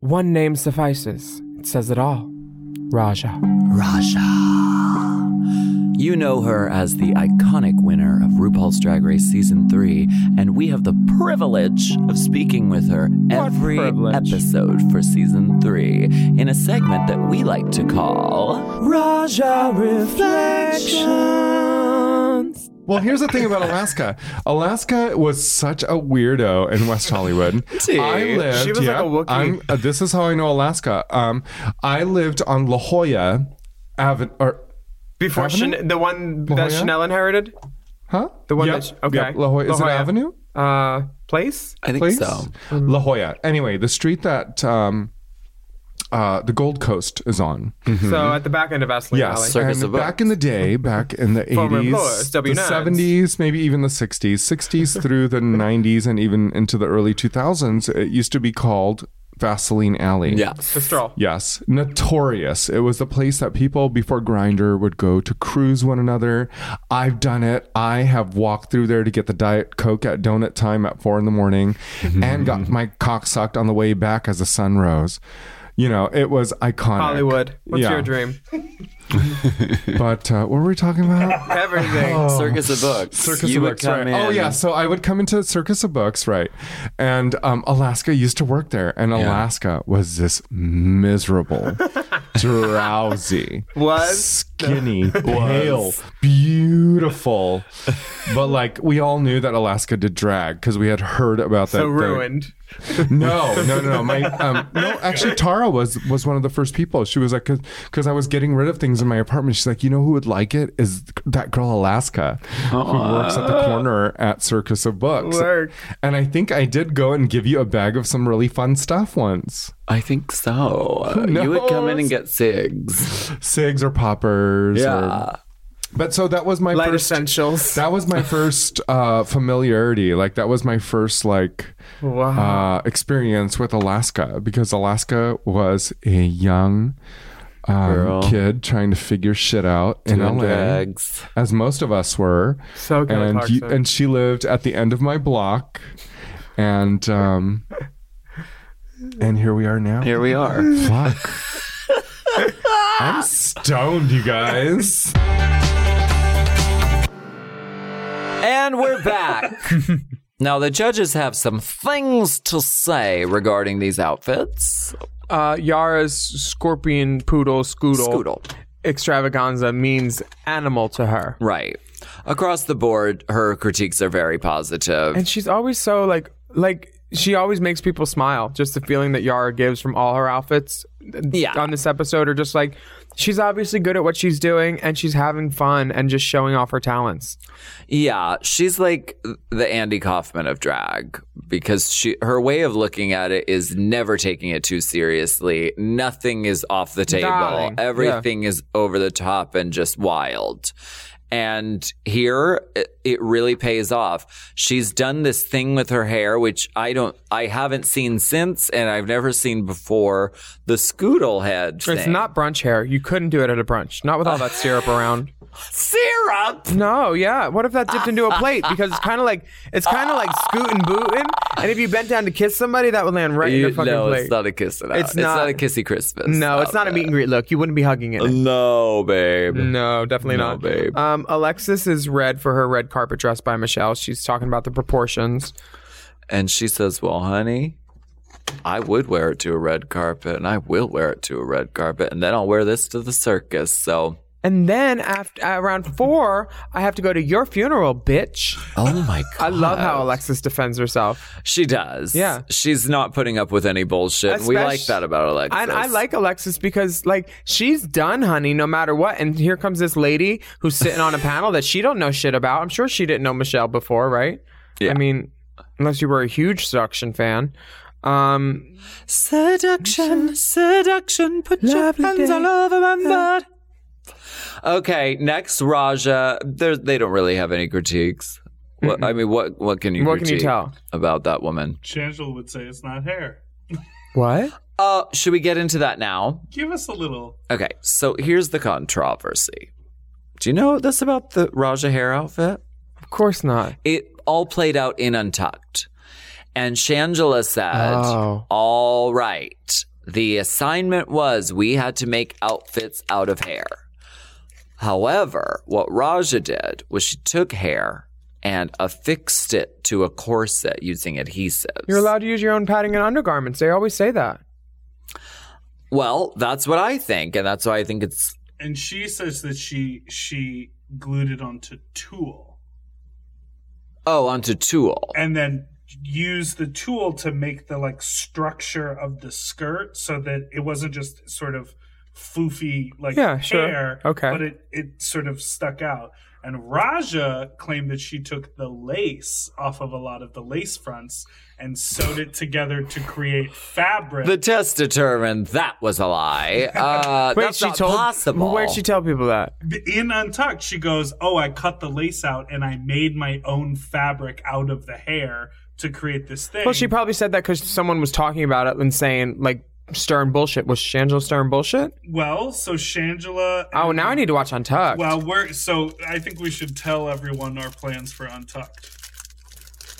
One name suffices. It says it all. Raja.
You know her as the iconic winner of RuPaul's Drag Race Season 3, and we have the privilege of speaking with her every
privilege?
episode for Season 3 in a segment that we like to call
Raja reflections.
Well, here's the thing about Alaska. Alaska was such a weirdo in West Hollywood.
Dude.
I lived.
She was like
yeah,
a Wookiee.
I'm, uh, this is how I know Alaska. Um, I lived on La Jolla Avenue. Or,
Before
Avenue?
Chan- the one
La
that
Jolla?
Chanel inherited,
huh?
the one
Yep,
that okay,
yep, La Jolla. Is it Avenue?
Uh, place.
I think
Place?
so.
Mm.
La Jolla. Anyway, the street that um, uh, the Gold Coast is on.
So at the back end of Astley
Yes,
Alley.
Circus
and
of
back in the day, back in the
Former
eighties,
employers,
the
W9s.
seventies, maybe even the sixties, sixties through the nineties, and even into the early two thousands, it used to be called Vaseline Alley.
Yeah.
The stroll.
Yes, notorious. It was the place that people before Grinder would go to cruise one another. I've done it. I have walked through there to get the Diet Coke at donut time at four in the morning
Mm-hmm.
and got my cock sucked on the way back as the sun rose. You know, it was iconic.
Hollywood. What's
Yeah.
your dream?
But uh, what were we talking about?
Everything.
Circus of Books.
Oh. Circus
You
of
would
Books,
come
right? Oh
in-
yeah, so I would come into Circus of Books, right? And um, Alaska used to work there, and Alaska was this miserable, drowsy,
Was?
skinny, pale, beautiful, but like we all knew that Alaska did drag because we had heard about that.
so
the-
ruined.
no, no, no, no. My um, no, actually, Tara was was one of the first people. She was like, because I was getting rid of things in my apartment. She's like, you know who would like it is that girl Alaska, who works at the corner at Circus of Books.
Work.
And I think I did go and give you a bag of some really fun stuff once.
I think so. Uh,
Who
You would come in and
knows?
get cigs.
Cigs or poppers. or-
Yeah.
but so that was my
Light
first.
essentials.
That was my first uh, familiarity. Like that was my first like
Wow.
uh, experience with Alaska because Alaska was a young, um,
Girl.
kid trying to figure shit out in
Doing
LA,
drugs.
as most of us were.
So Kelly
and y-
Clarkson.
and she lived at the end of my block, and um, and here we are now.
Here we are.
Fuck. I'm stoned, you guys.
And we're back. now, the judges have some things to say regarding these outfits.
Uh, Yara's scorpion poodle scoodle,
Scoodle.
extravaganza means animal to her.
Right. Across the board, her critiques are very positive.
And she's always so like like she always makes people smile. Just the feeling that Yara gives from all her outfits yeah. on this episode are just like she's obviously good at what she's doing and she's having fun and just showing off her talents.
Yeah, she's like the Andy Kaufman of drag because she her way of looking at it is never taking it too seriously. Nothing is off the table.
Darling, yeah.
Everything is over the top and just wild. And here it, it really pays off. She's done this thing with her hair which I don't I haven't seen since and I've never seen before, the scoodle head
It's
thing.
not brunch hair. You couldn't do it at a brunch. Not with all that syrup around.
Syrup?
No, yeah. What if that dipped into a plate? Because it's kind of like it's kind of like scootin' bootin'. And if you bent down to kiss somebody, that would land right in
You-
your fucking
no,
plate.
it's not a kiss it out.
It's
It's,
not-
not, a kissy Christmas.
no, it's not a meet and greet look. You wouldn't be hugging it.
No, babe.
No, definitely
No,
not,
babe.
Um, Alexis is red for her red carpet dress by Michelle. She's talking about the proportions.
And she says, Well, honey, I would wear it to a red carpet and I will wear it to a red carpet and then I'll wear this to the circus. So,
And then after around four, I have to go to your funeral, bitch.
oh my God.
I love how Alexis defends herself.
She does.
Yeah.
She's not putting up with any bullshit. and we
Espec-
like that about Alexis.
And I like Alexis because like she's done, honey, no matter what. And here comes this lady who's sitting on a panel that she don't know shit about. I'm sure she didn't know Michelle before, right? Yeah. I mean, unless you were a huge seduction fan. Um,
Seduction, seduction, put your hands all over my butt. Okay, next Raja. There, they don't really have any critiques. What, I mean, what what can you
What can you
critique
tell?
about that woman?
Changel would say it's not hair.
What?
Uh, should we get into that now?
Give us a little.
Okay, so here's the controversy. Do you know this about the Raja hair outfit?
Of course not.
It all played out in Untucked. And Shangela said,
Oh.
All right, the assignment was we had to make outfits out of hair. However, what Raja did was she took hair and affixed it to a corset using adhesive.
You're allowed to use your own padding and undergarments. They always say that.
Well, that's what I think. And that's why I think it's
And she says that she she glued it onto tulle
Oh, onto tulle.
and then used the tulle to make the like structure of the skirt so that it wasn't just sort of foofy like
Yeah, sure.
hair.
Okay.
But it, it sort of stuck out. And Raja claimed that she took the lace off of a lot of the lace fronts and sewed it together to create fabric.
The test determined that was a lie. Uh,
Wait,
that's
she
not
told-
possible.
where'd she
tell people that?
in Untucked, she goes, "Oh, I cut the lace out and I made my own fabric out of the hair to create this thing."
Well, she probably said that because someone was talking about it and saying like stern bullshit. Was Shangela stern bullshit?
well, so Shangela.
Oh, now I need to watch Untucked.
Well, we're so I think we should tell everyone our plans for Untucked.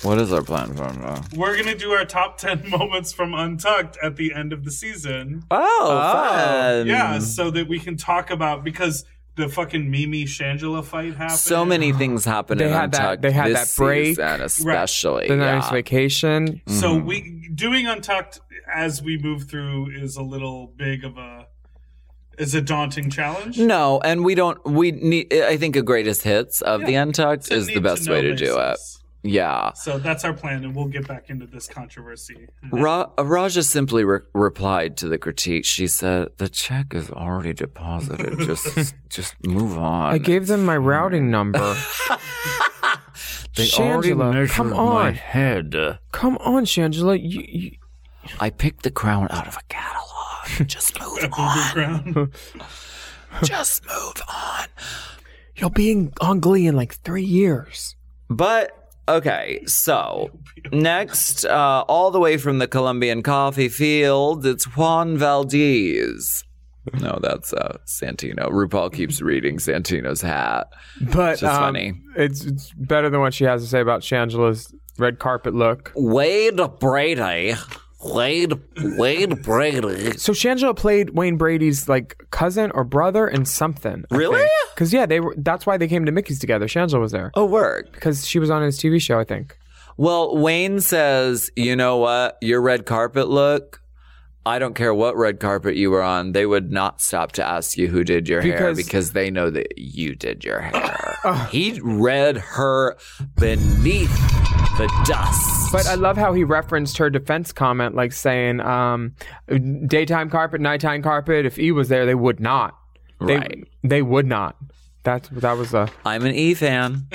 What is our plan for now?
We're gonna do our top ten moments from Untucked at the end of the season.
Oh, fun.
yeah, so that we can talk about because the fucking Mimi Shangela fight happened.
So many things happened
They
in
had that-
Untucked
they had
this
that break.
season, especially.
the
yeah.
nice vacation.
So we doing untucked as we move through is a little big of a is a daunting challenge.
No, and we don't. We need. I think a greatest hits of the Untucked is the best way to do it. Yeah.
So that's our plan, and we'll get back into this controversy.
Ra- Raja simply re- replied to the critique. She said, "The check is already deposited. Just, just move on."
I gave them my routing number.
They already
Shangela,
measured
come
my
on.
head.
Come on, Shangela. You, you...
I picked the crown out of a catalog. Just move
on.
Just move on.
You'll be in, on Glee in like three years.
But okay, so next, uh, all the way from the Colombian coffee field, it's Juan Valdez. No, that's uh, Santino. RuPaul keeps reading Santino's hat.
But
it's just
um,
funny.
It's, it's better than what she has to say about Shangela's red carpet look.
Wade Brady. Wade Wade Brady.
So Shangela played Wayne Brady's like cousin or brother and something. Really? Because yeah, they were. That's why they came to Mickey's together. Shangela was there.
Oh, work.
Because she was on his TV show, I think.
Well, Wayne says, you know what? Your red carpet look, I don't care what red carpet you were on, they would not stop to ask you who did your hair
Because- Uh.
because they know that you did your hair. he read her beneath the dust.
But I love how he referenced her defense comment, like saying, um, "Daytime carpet, nighttime carpet. If E was there, they would not. They,
Right.
They would not. That's that was a.
I'm an E fan.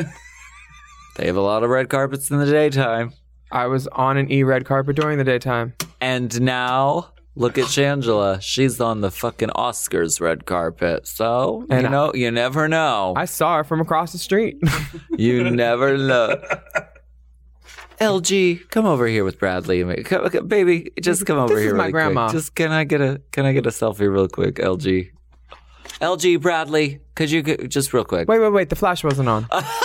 they have a lot of red carpets in the daytime.
I was on an E red carpet during the daytime.
And now look at Shangela. She's on the fucking Oscars red carpet. So
And
you
I-
know, you never know.
I saw her from across the street.
you never know. LG, come over here with Bradley. and me. Come- come- Baby, just come over
This is
here.
my
really quick.
grandma.
Just can I get a can I get a selfie real quick, LG? LG Bradley, could you get, just real quick?
wait, wait, wait. The flash wasn't on.
Oh,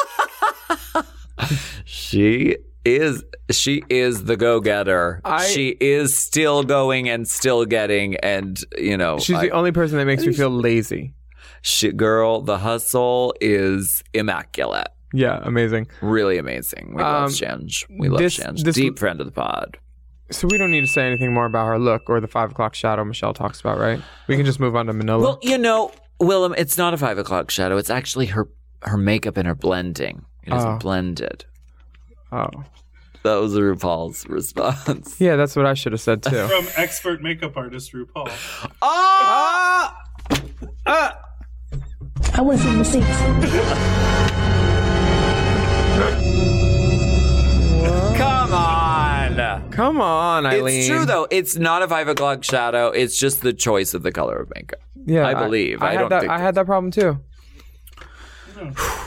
She is she is the go getter.
I-
She is still going and still getting and you know
She's
I-
the only person that makes me feel lazy.
she, girl, the hustle is immaculate.
Yeah, amazing.
Really amazing. We
Um,
love Shange. We love
this-
Shange.
this-
Deep friend of the pod.
So we don't need to say anything more about her look or the five o'clock shadow Michelle talks about, right? We can just move on to Manila.
Well, you know, Willem, it's not a five o'clock shadow. It's actually her her makeup and her blending. It isn't
Oh.
blended.
oh,
That was RuPaul's response.
yeah, that's what I should have said too.
From expert makeup artist RuPaul.
Oh!
I went from the seats.
Come on.
Come on, Eileen.
It's true though. It's not a five o'clock shadow. It's just the choice of the color of makeup.
Yeah,
I believe. I,
had
don't
that,
think
I had that problem too.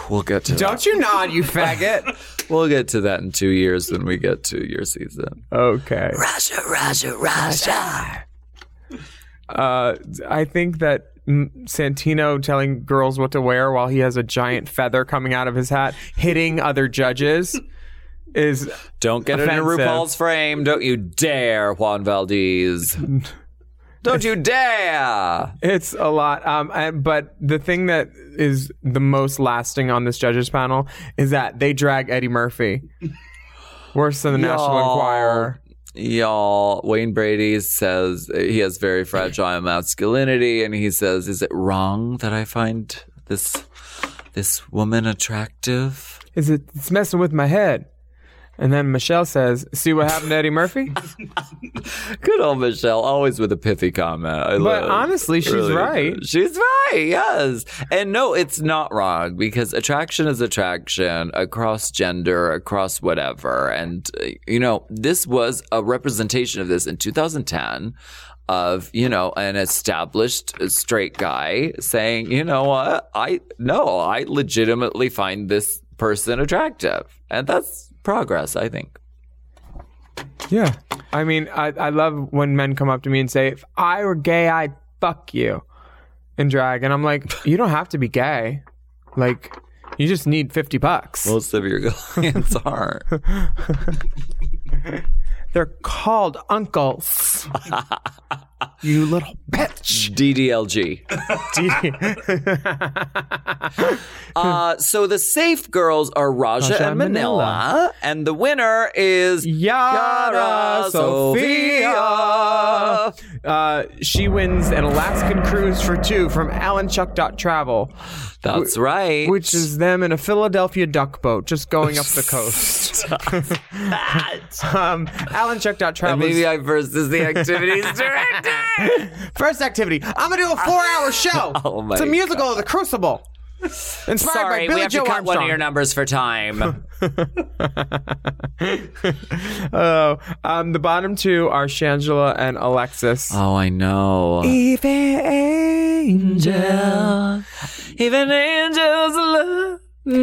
we'll get to that.
you nod, you faggot.
We'll get to that in two years when we get to your season.
okay.
Raja, Raja, Raja.
Uh, I think that mm, Santino telling girls what to wear while he has a giant feather coming out of his hat, hitting other judges, is
Don't get it
Offensive.
in RuPaul's frame. Don't you dare, Juan Valdez. Don't you dare.
It's a lot. Um, I, but the thing that is the most lasting on this judges panel is that they drag Eddie Murphy. Worse than the National
Y'all-
Enquirer.
Y'all, Wayne Brady says he has very fragile masculinity, and he says, "Is it wrong that I find this this woman attractive?"
Is it, it's messing with my head. And then Michelle says, See what happened to Eddie Murphy?
Good old Michelle, always with a pithy comment. I
But
love-
honestly, she's right.
She's right, yes. And no, it's not wrong because attraction is attraction across gender, across whatever. And, uh, you know, this was a representation of this in 2010 of, you know, an established uh, straight guy saying, you know what? I, no, I legitimately find this person attractive. And that's progress, I think.
yeah. I mean, I, I love when men come up to me and say, If I were gay, I'd fuck you and drag. And I'm like, You don't have to be gay. Like, you just need 50 bucks.
Most of your clients are.
They're called uncles. you little bitch.
DDLG. Uh, so the safe girls are Raja,
Raja
and
and
Manila, and the winner is
Yara Sophia. Uh, she wins an Alaskan cruise for two from AlanChuck.travel,
That's right.
which is them in a Philadelphia duck boat just going up the coast. um,
and
AlanChuck.travel.
maybe
is-
I versus the activities director.
First activity, I'm going to do a four hour show.
Oh my
it's a musical of the Crucible. Inspired by
Sorry,
Billy
we have
Joe
to cut
Armstrong.
one of your numbers for time.
Oh, um, the bottom two are Shangela and Alexis.
oh, I know.
Even angel.
Even angels love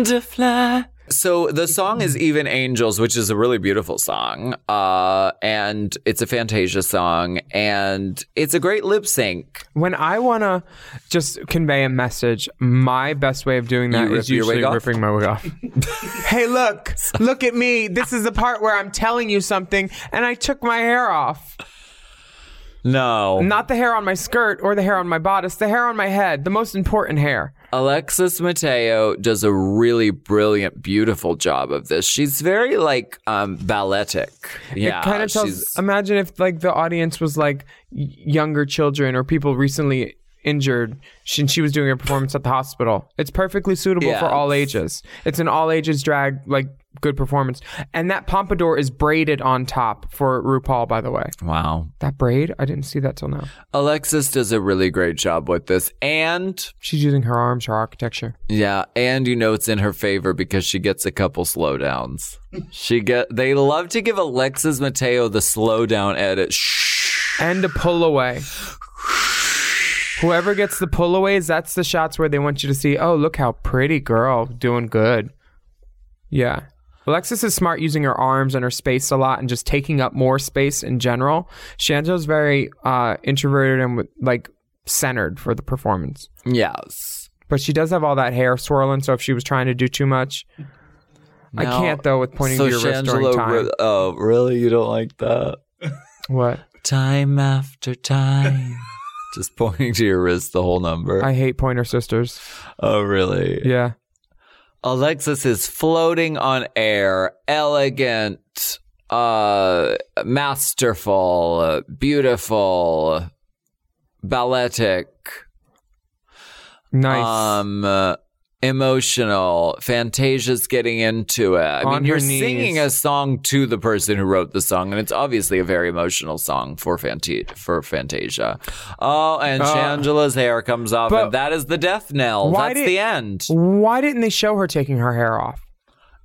to fly. So the song is Even Angels, which is a really beautiful song. Uh, and it's a Fantasia song and it's a great lip sync.
When I want to just convey a message, my best way of doing that
You
is
rip your wig
usually
off?
ripping my wig off. hey, look, look at me. This is the part where I'm telling you something, and I took my hair off.
No.
Not the hair on my skirt or the hair on my bodice, the hair on my head, the most important hair.
Alexis Mateo does a really brilliant, beautiful job of this. She's very like um balletic. Yeah.
it kind of
she's-
tells. Imagine if like the audience was like y- younger children or people recently injured, she, she was doing a performance at the hospital. It's perfectly suitable
Yeah,
for all
it's-
ages. It's an all ages drag, like good performance. And that pompadour is braided on top for RuPaul, by the way.
Wow,
that braid! I didn't see that till now.
Alexis does a really great job with this. And
she's using her arms, her architecture.
Yeah, and you know it's in her favor because she gets a couple slowdowns. She get they love to give Alexis Mateo the slowdown edit.
And a pull away. Whoever gets the pullaways, that's the shots where they want you to see, oh, look how pretty girl doing good. Yeah. Alexis is smart using her arms and her space a lot and just taking up more space in general. Shanto's very uh, introverted and with, like centered for the performance.
Yes.
But she does have all that hair swirling, so if she was trying to do too much, I
Now-
can't though with pointing
so
to your wrist during
Shangela
time.
re- oh, really? You don't like that?
What?
Time after time. Just pointing to your wrist the whole number.
I hate pointer sisters.
Oh, really?
Yeah.
Alexis is floating on air, elegant, uh, masterful, uh, beautiful, balletic,
nice,
um, uh, emotional. Fantasia's getting into it. I
On
mean, you're
her knees.
singing a song to the person who wrote the song, and it's obviously a very emotional song for Fanta- for Fantasia. Oh, and
Uh,
Shangela's hair comes off,
but-
and that is the death knell.
Why
That's
did-
the end.
Why didn't they show her taking her hair off?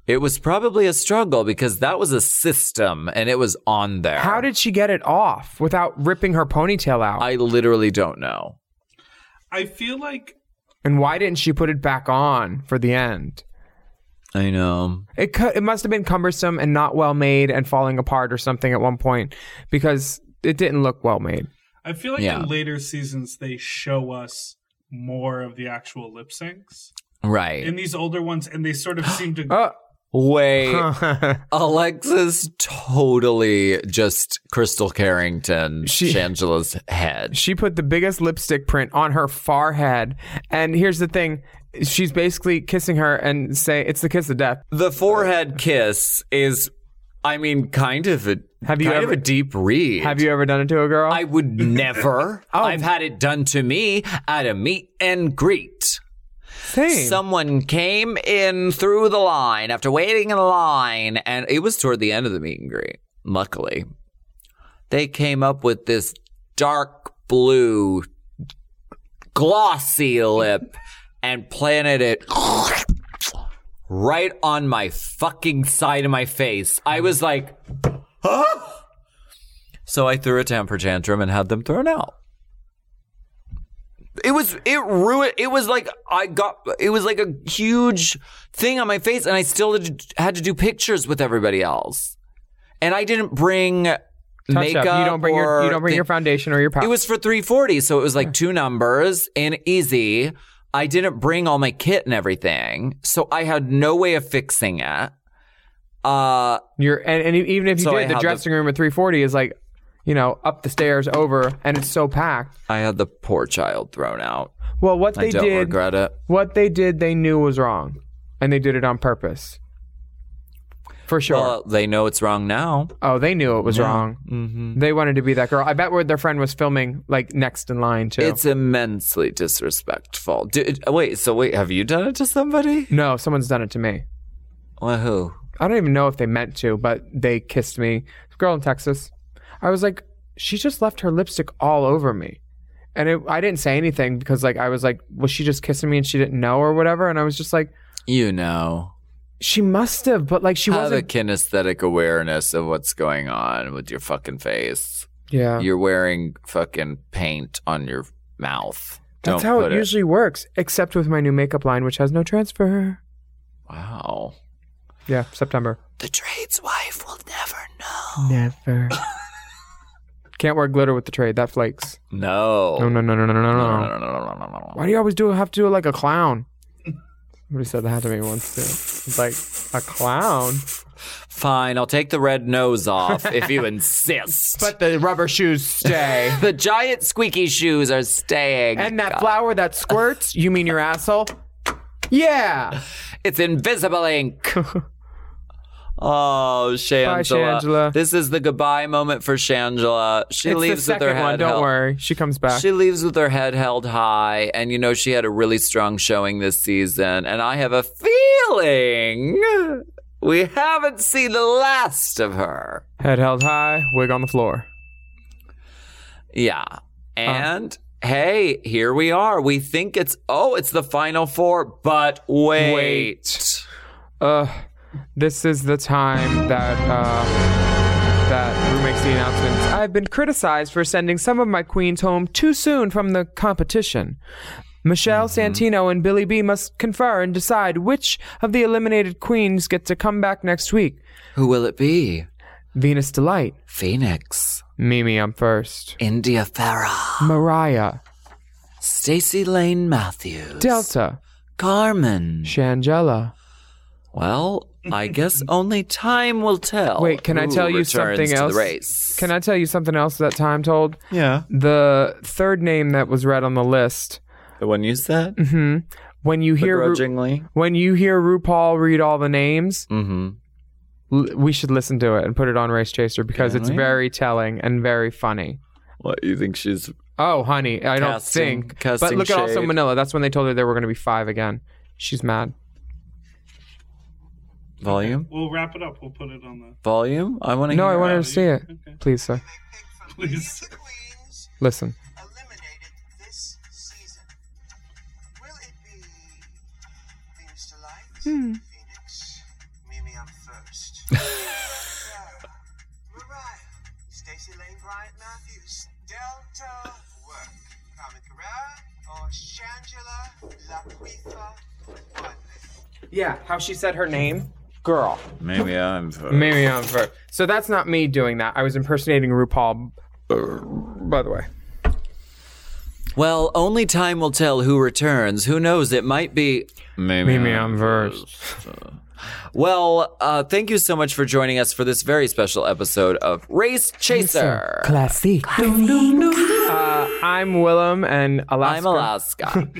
It was probably a struggle because that was a system and it was on there.
How did she get it off without ripping her ponytail out?
I literally don't know.
I feel like
And why didn't she put it back on for the end?
I know.
It cu- it must have been cumbersome and not well made and falling apart or something at one point because it didn't look well made.
I feel like
Yeah.
in later seasons they show us more of the actual lip syncs.
Right.
In these older ones, and they sort of seem to
Wait. Alexis totally just Crystal Carrington, Shangela's head.
She put the biggest lipstick print on her forehead, and here's the thing: she's basically kissing her and say it's the kiss of death.
The forehead kiss is, I mean, kind of a
Have you
kind
ever-
of a deep read.
Have you ever Oh. done it to a girl?
I would never. I've had it done to me at a meet and greet.
Same.
Someone came in through the line after waiting in line, and it was toward the end of the meet and greet. Luckily, they came up with this dark blue, glossy lip and planted it right on my fucking side of my face. I was like, huh? So I threw a temper tantrum and had them thrown out. It was it ruined. It was like I got. It was like a huge thing on my face, and I still had to- had to do pictures with everybody else. And I didn't bring
Touch up.
makeup.
You don't bring your
or
you don't bring
thi-
your foundation or your powder.
It was for three forty, so it was like two numbers and easy. I didn't bring all my kit and everything, so I had no way of fixing it. Uh,
You're and, and e-, even if you
So I
did, the
had the-
dressing room at 340 is like, you know, up the stairs over, and it's so packed.
I had the poor child thrown out.
Well, what
I
they
don't
did,
regret it.
what they did, they knew was wrong, and they did it on purpose. For sure.
Well, they know it's wrong now.
oh, they knew it was
Yeah.
wrong. Mm-hmm. They wanted to be that girl. I bet where their friend was filming, like next in line too.
It's immensely disrespectful. Did, wait, so wait, have you done it to somebody?
no, someone's done it to me.
Well, who?
I don't even know if they meant to, but they kissed me. Girl in Texas. I was like, she just left her lipstick all over me. And it, I didn't say anything because, like, I was like, was she just kissing me and she didn't know or whatever? And I was just like,
You know.
she must have, but like, she
have a
wasn't.
kinesthetic awareness of what's going on with your fucking face.
Yeah.
You're wearing fucking paint on your mouth. Don't
That's how
put
it usually works, except with my new makeup line, which has no transfer.
Wow.
Yeah, September.
The trade's wife will never
Never. Can't wear glitter with the trade. That flakes.
know.
No, no, no, no, no, no, no.
no.
Why do you always do have to do it like a clown? Somebody said that to me once too. It's like a clown.
Fine, I'll take the red nose off if you insist.
But the rubber shoes stay.
the giant squeaky shoes are staying.
And that flower that squirts, you mean your asshole? Yeah.
It's invisible ink. Oh, Shangela.
Shangela.
This is the goodbye moment for Shangela. She
It's the
leaves with her
second
head
one, don't
held.
worry. She comes back.
She leaves with her head held high, and you know she had a really strong showing this season. And I have a feeling we haven't seen the last of her.
Head held high, wig on the floor.
Yeah. And hey, here we are. We think it's oh, it's the final four, but wait.
Wait. Uh, this is the time that uh, that Rue makes the announcements. I've been criticized for sending some of my queens home too soon from the competition. Michelle Santino and Billy B must confer and decide which of the eliminated queens get to come back next week.
Who will it be?
Venus Delight.
Phoenix.
Mimi, I'm first.
India Farah.
Mariah.
Stacy Lane Matthews.
Delta.
Carmen.
Shangela.
Well, I guess only time will tell.
Wait, can I
who
tell you
returns
something
to
else?
The race.
Can I tell you something else that time told?
Yeah.
The third name that was read on the list.
The one you said.
hmm When you hear Ru-
Begrudgingly.
when you hear RuPaul read all the names,
Mm-hmm.
l- we should listen to it and put it on Race Chaser because
Can
it's
we?
very telling and very funny.
What you think she's?
Oh, honey, I don't
Casting-
think. but
casting
look at also
shade.
Manila. That's when they told her there were going to be five again. She's mad.
Volume.
We'll wrap it up. We'll put it on the
Volume. I want to.
No,
hear
I want
it.
her to see it. Please, sir.
please.
Listen.
Hmm. Mimi, I'm first. Sarah, Mariah, Stacy Lane Bryant Matthews, Delta Work, Carmen Carrera, or Shangela Laquifa
Yeah, how she said her name, girl.
Maybe I'm.
Maybe I'm first. So that's not me doing that. I was impersonating RuPaul. uh, By the way,
Well, only time will tell who returns. Who knows? It might be. Maybe,
Maybe I'm first.
Well, uh, thank you so much for joining us for this very special episode of Race Chaser.
Classy. Uh, I'm Willem and Alaska.
I'm Alaska.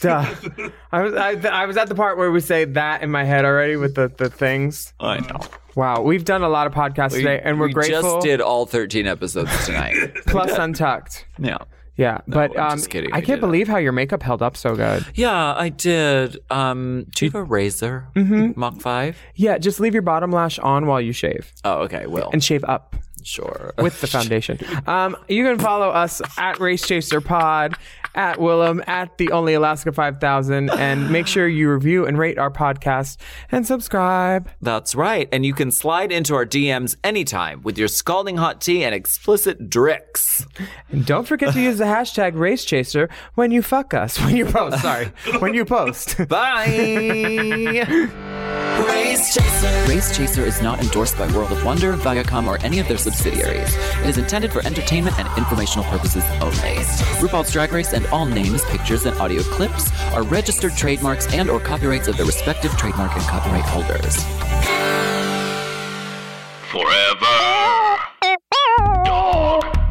Duh. I was I, I was at the part where we say that in my head already with the, the things.
I know.
Wow, we've done a lot of podcasts today, and we're
we
grateful.
just did all 13 episodes tonight.
Plus Untucked.
yeah.
Yeah, but
I'm
um,
just kidding,
I
we
can't
did it.
believe how your makeup held up so good.
Yeah, I did. Um, Mm-hmm. do you have a razor? Mach 5?
Yeah, just leave your bottom lash on while you shave
Oh, okay. Will.
and shave up.
sure.
with the foundation. Um, you can follow us at Race Chaser Pod, at Willem, at the Only Alaska Five Thousand, and make sure you review and rate our podcast and subscribe.
That's right. And you can slide into our DMs anytime with your scalding hot tea and explicit dricks.
And don't forget to use the hashtag Race Chaser when you fuck us when you post. Sorry, when you post.
Bye.
Race Chaser.
Race Chaser is not endorsed by World of Wonder, Viacom, or any of their subsidiaries. It is intended for entertainment and informational purposes only. RuPaul's Drag Race and all names, pictures, and audio clips are registered trademarks and/or copyrights of their respective trademark and copyright holders.
Forever. Dog.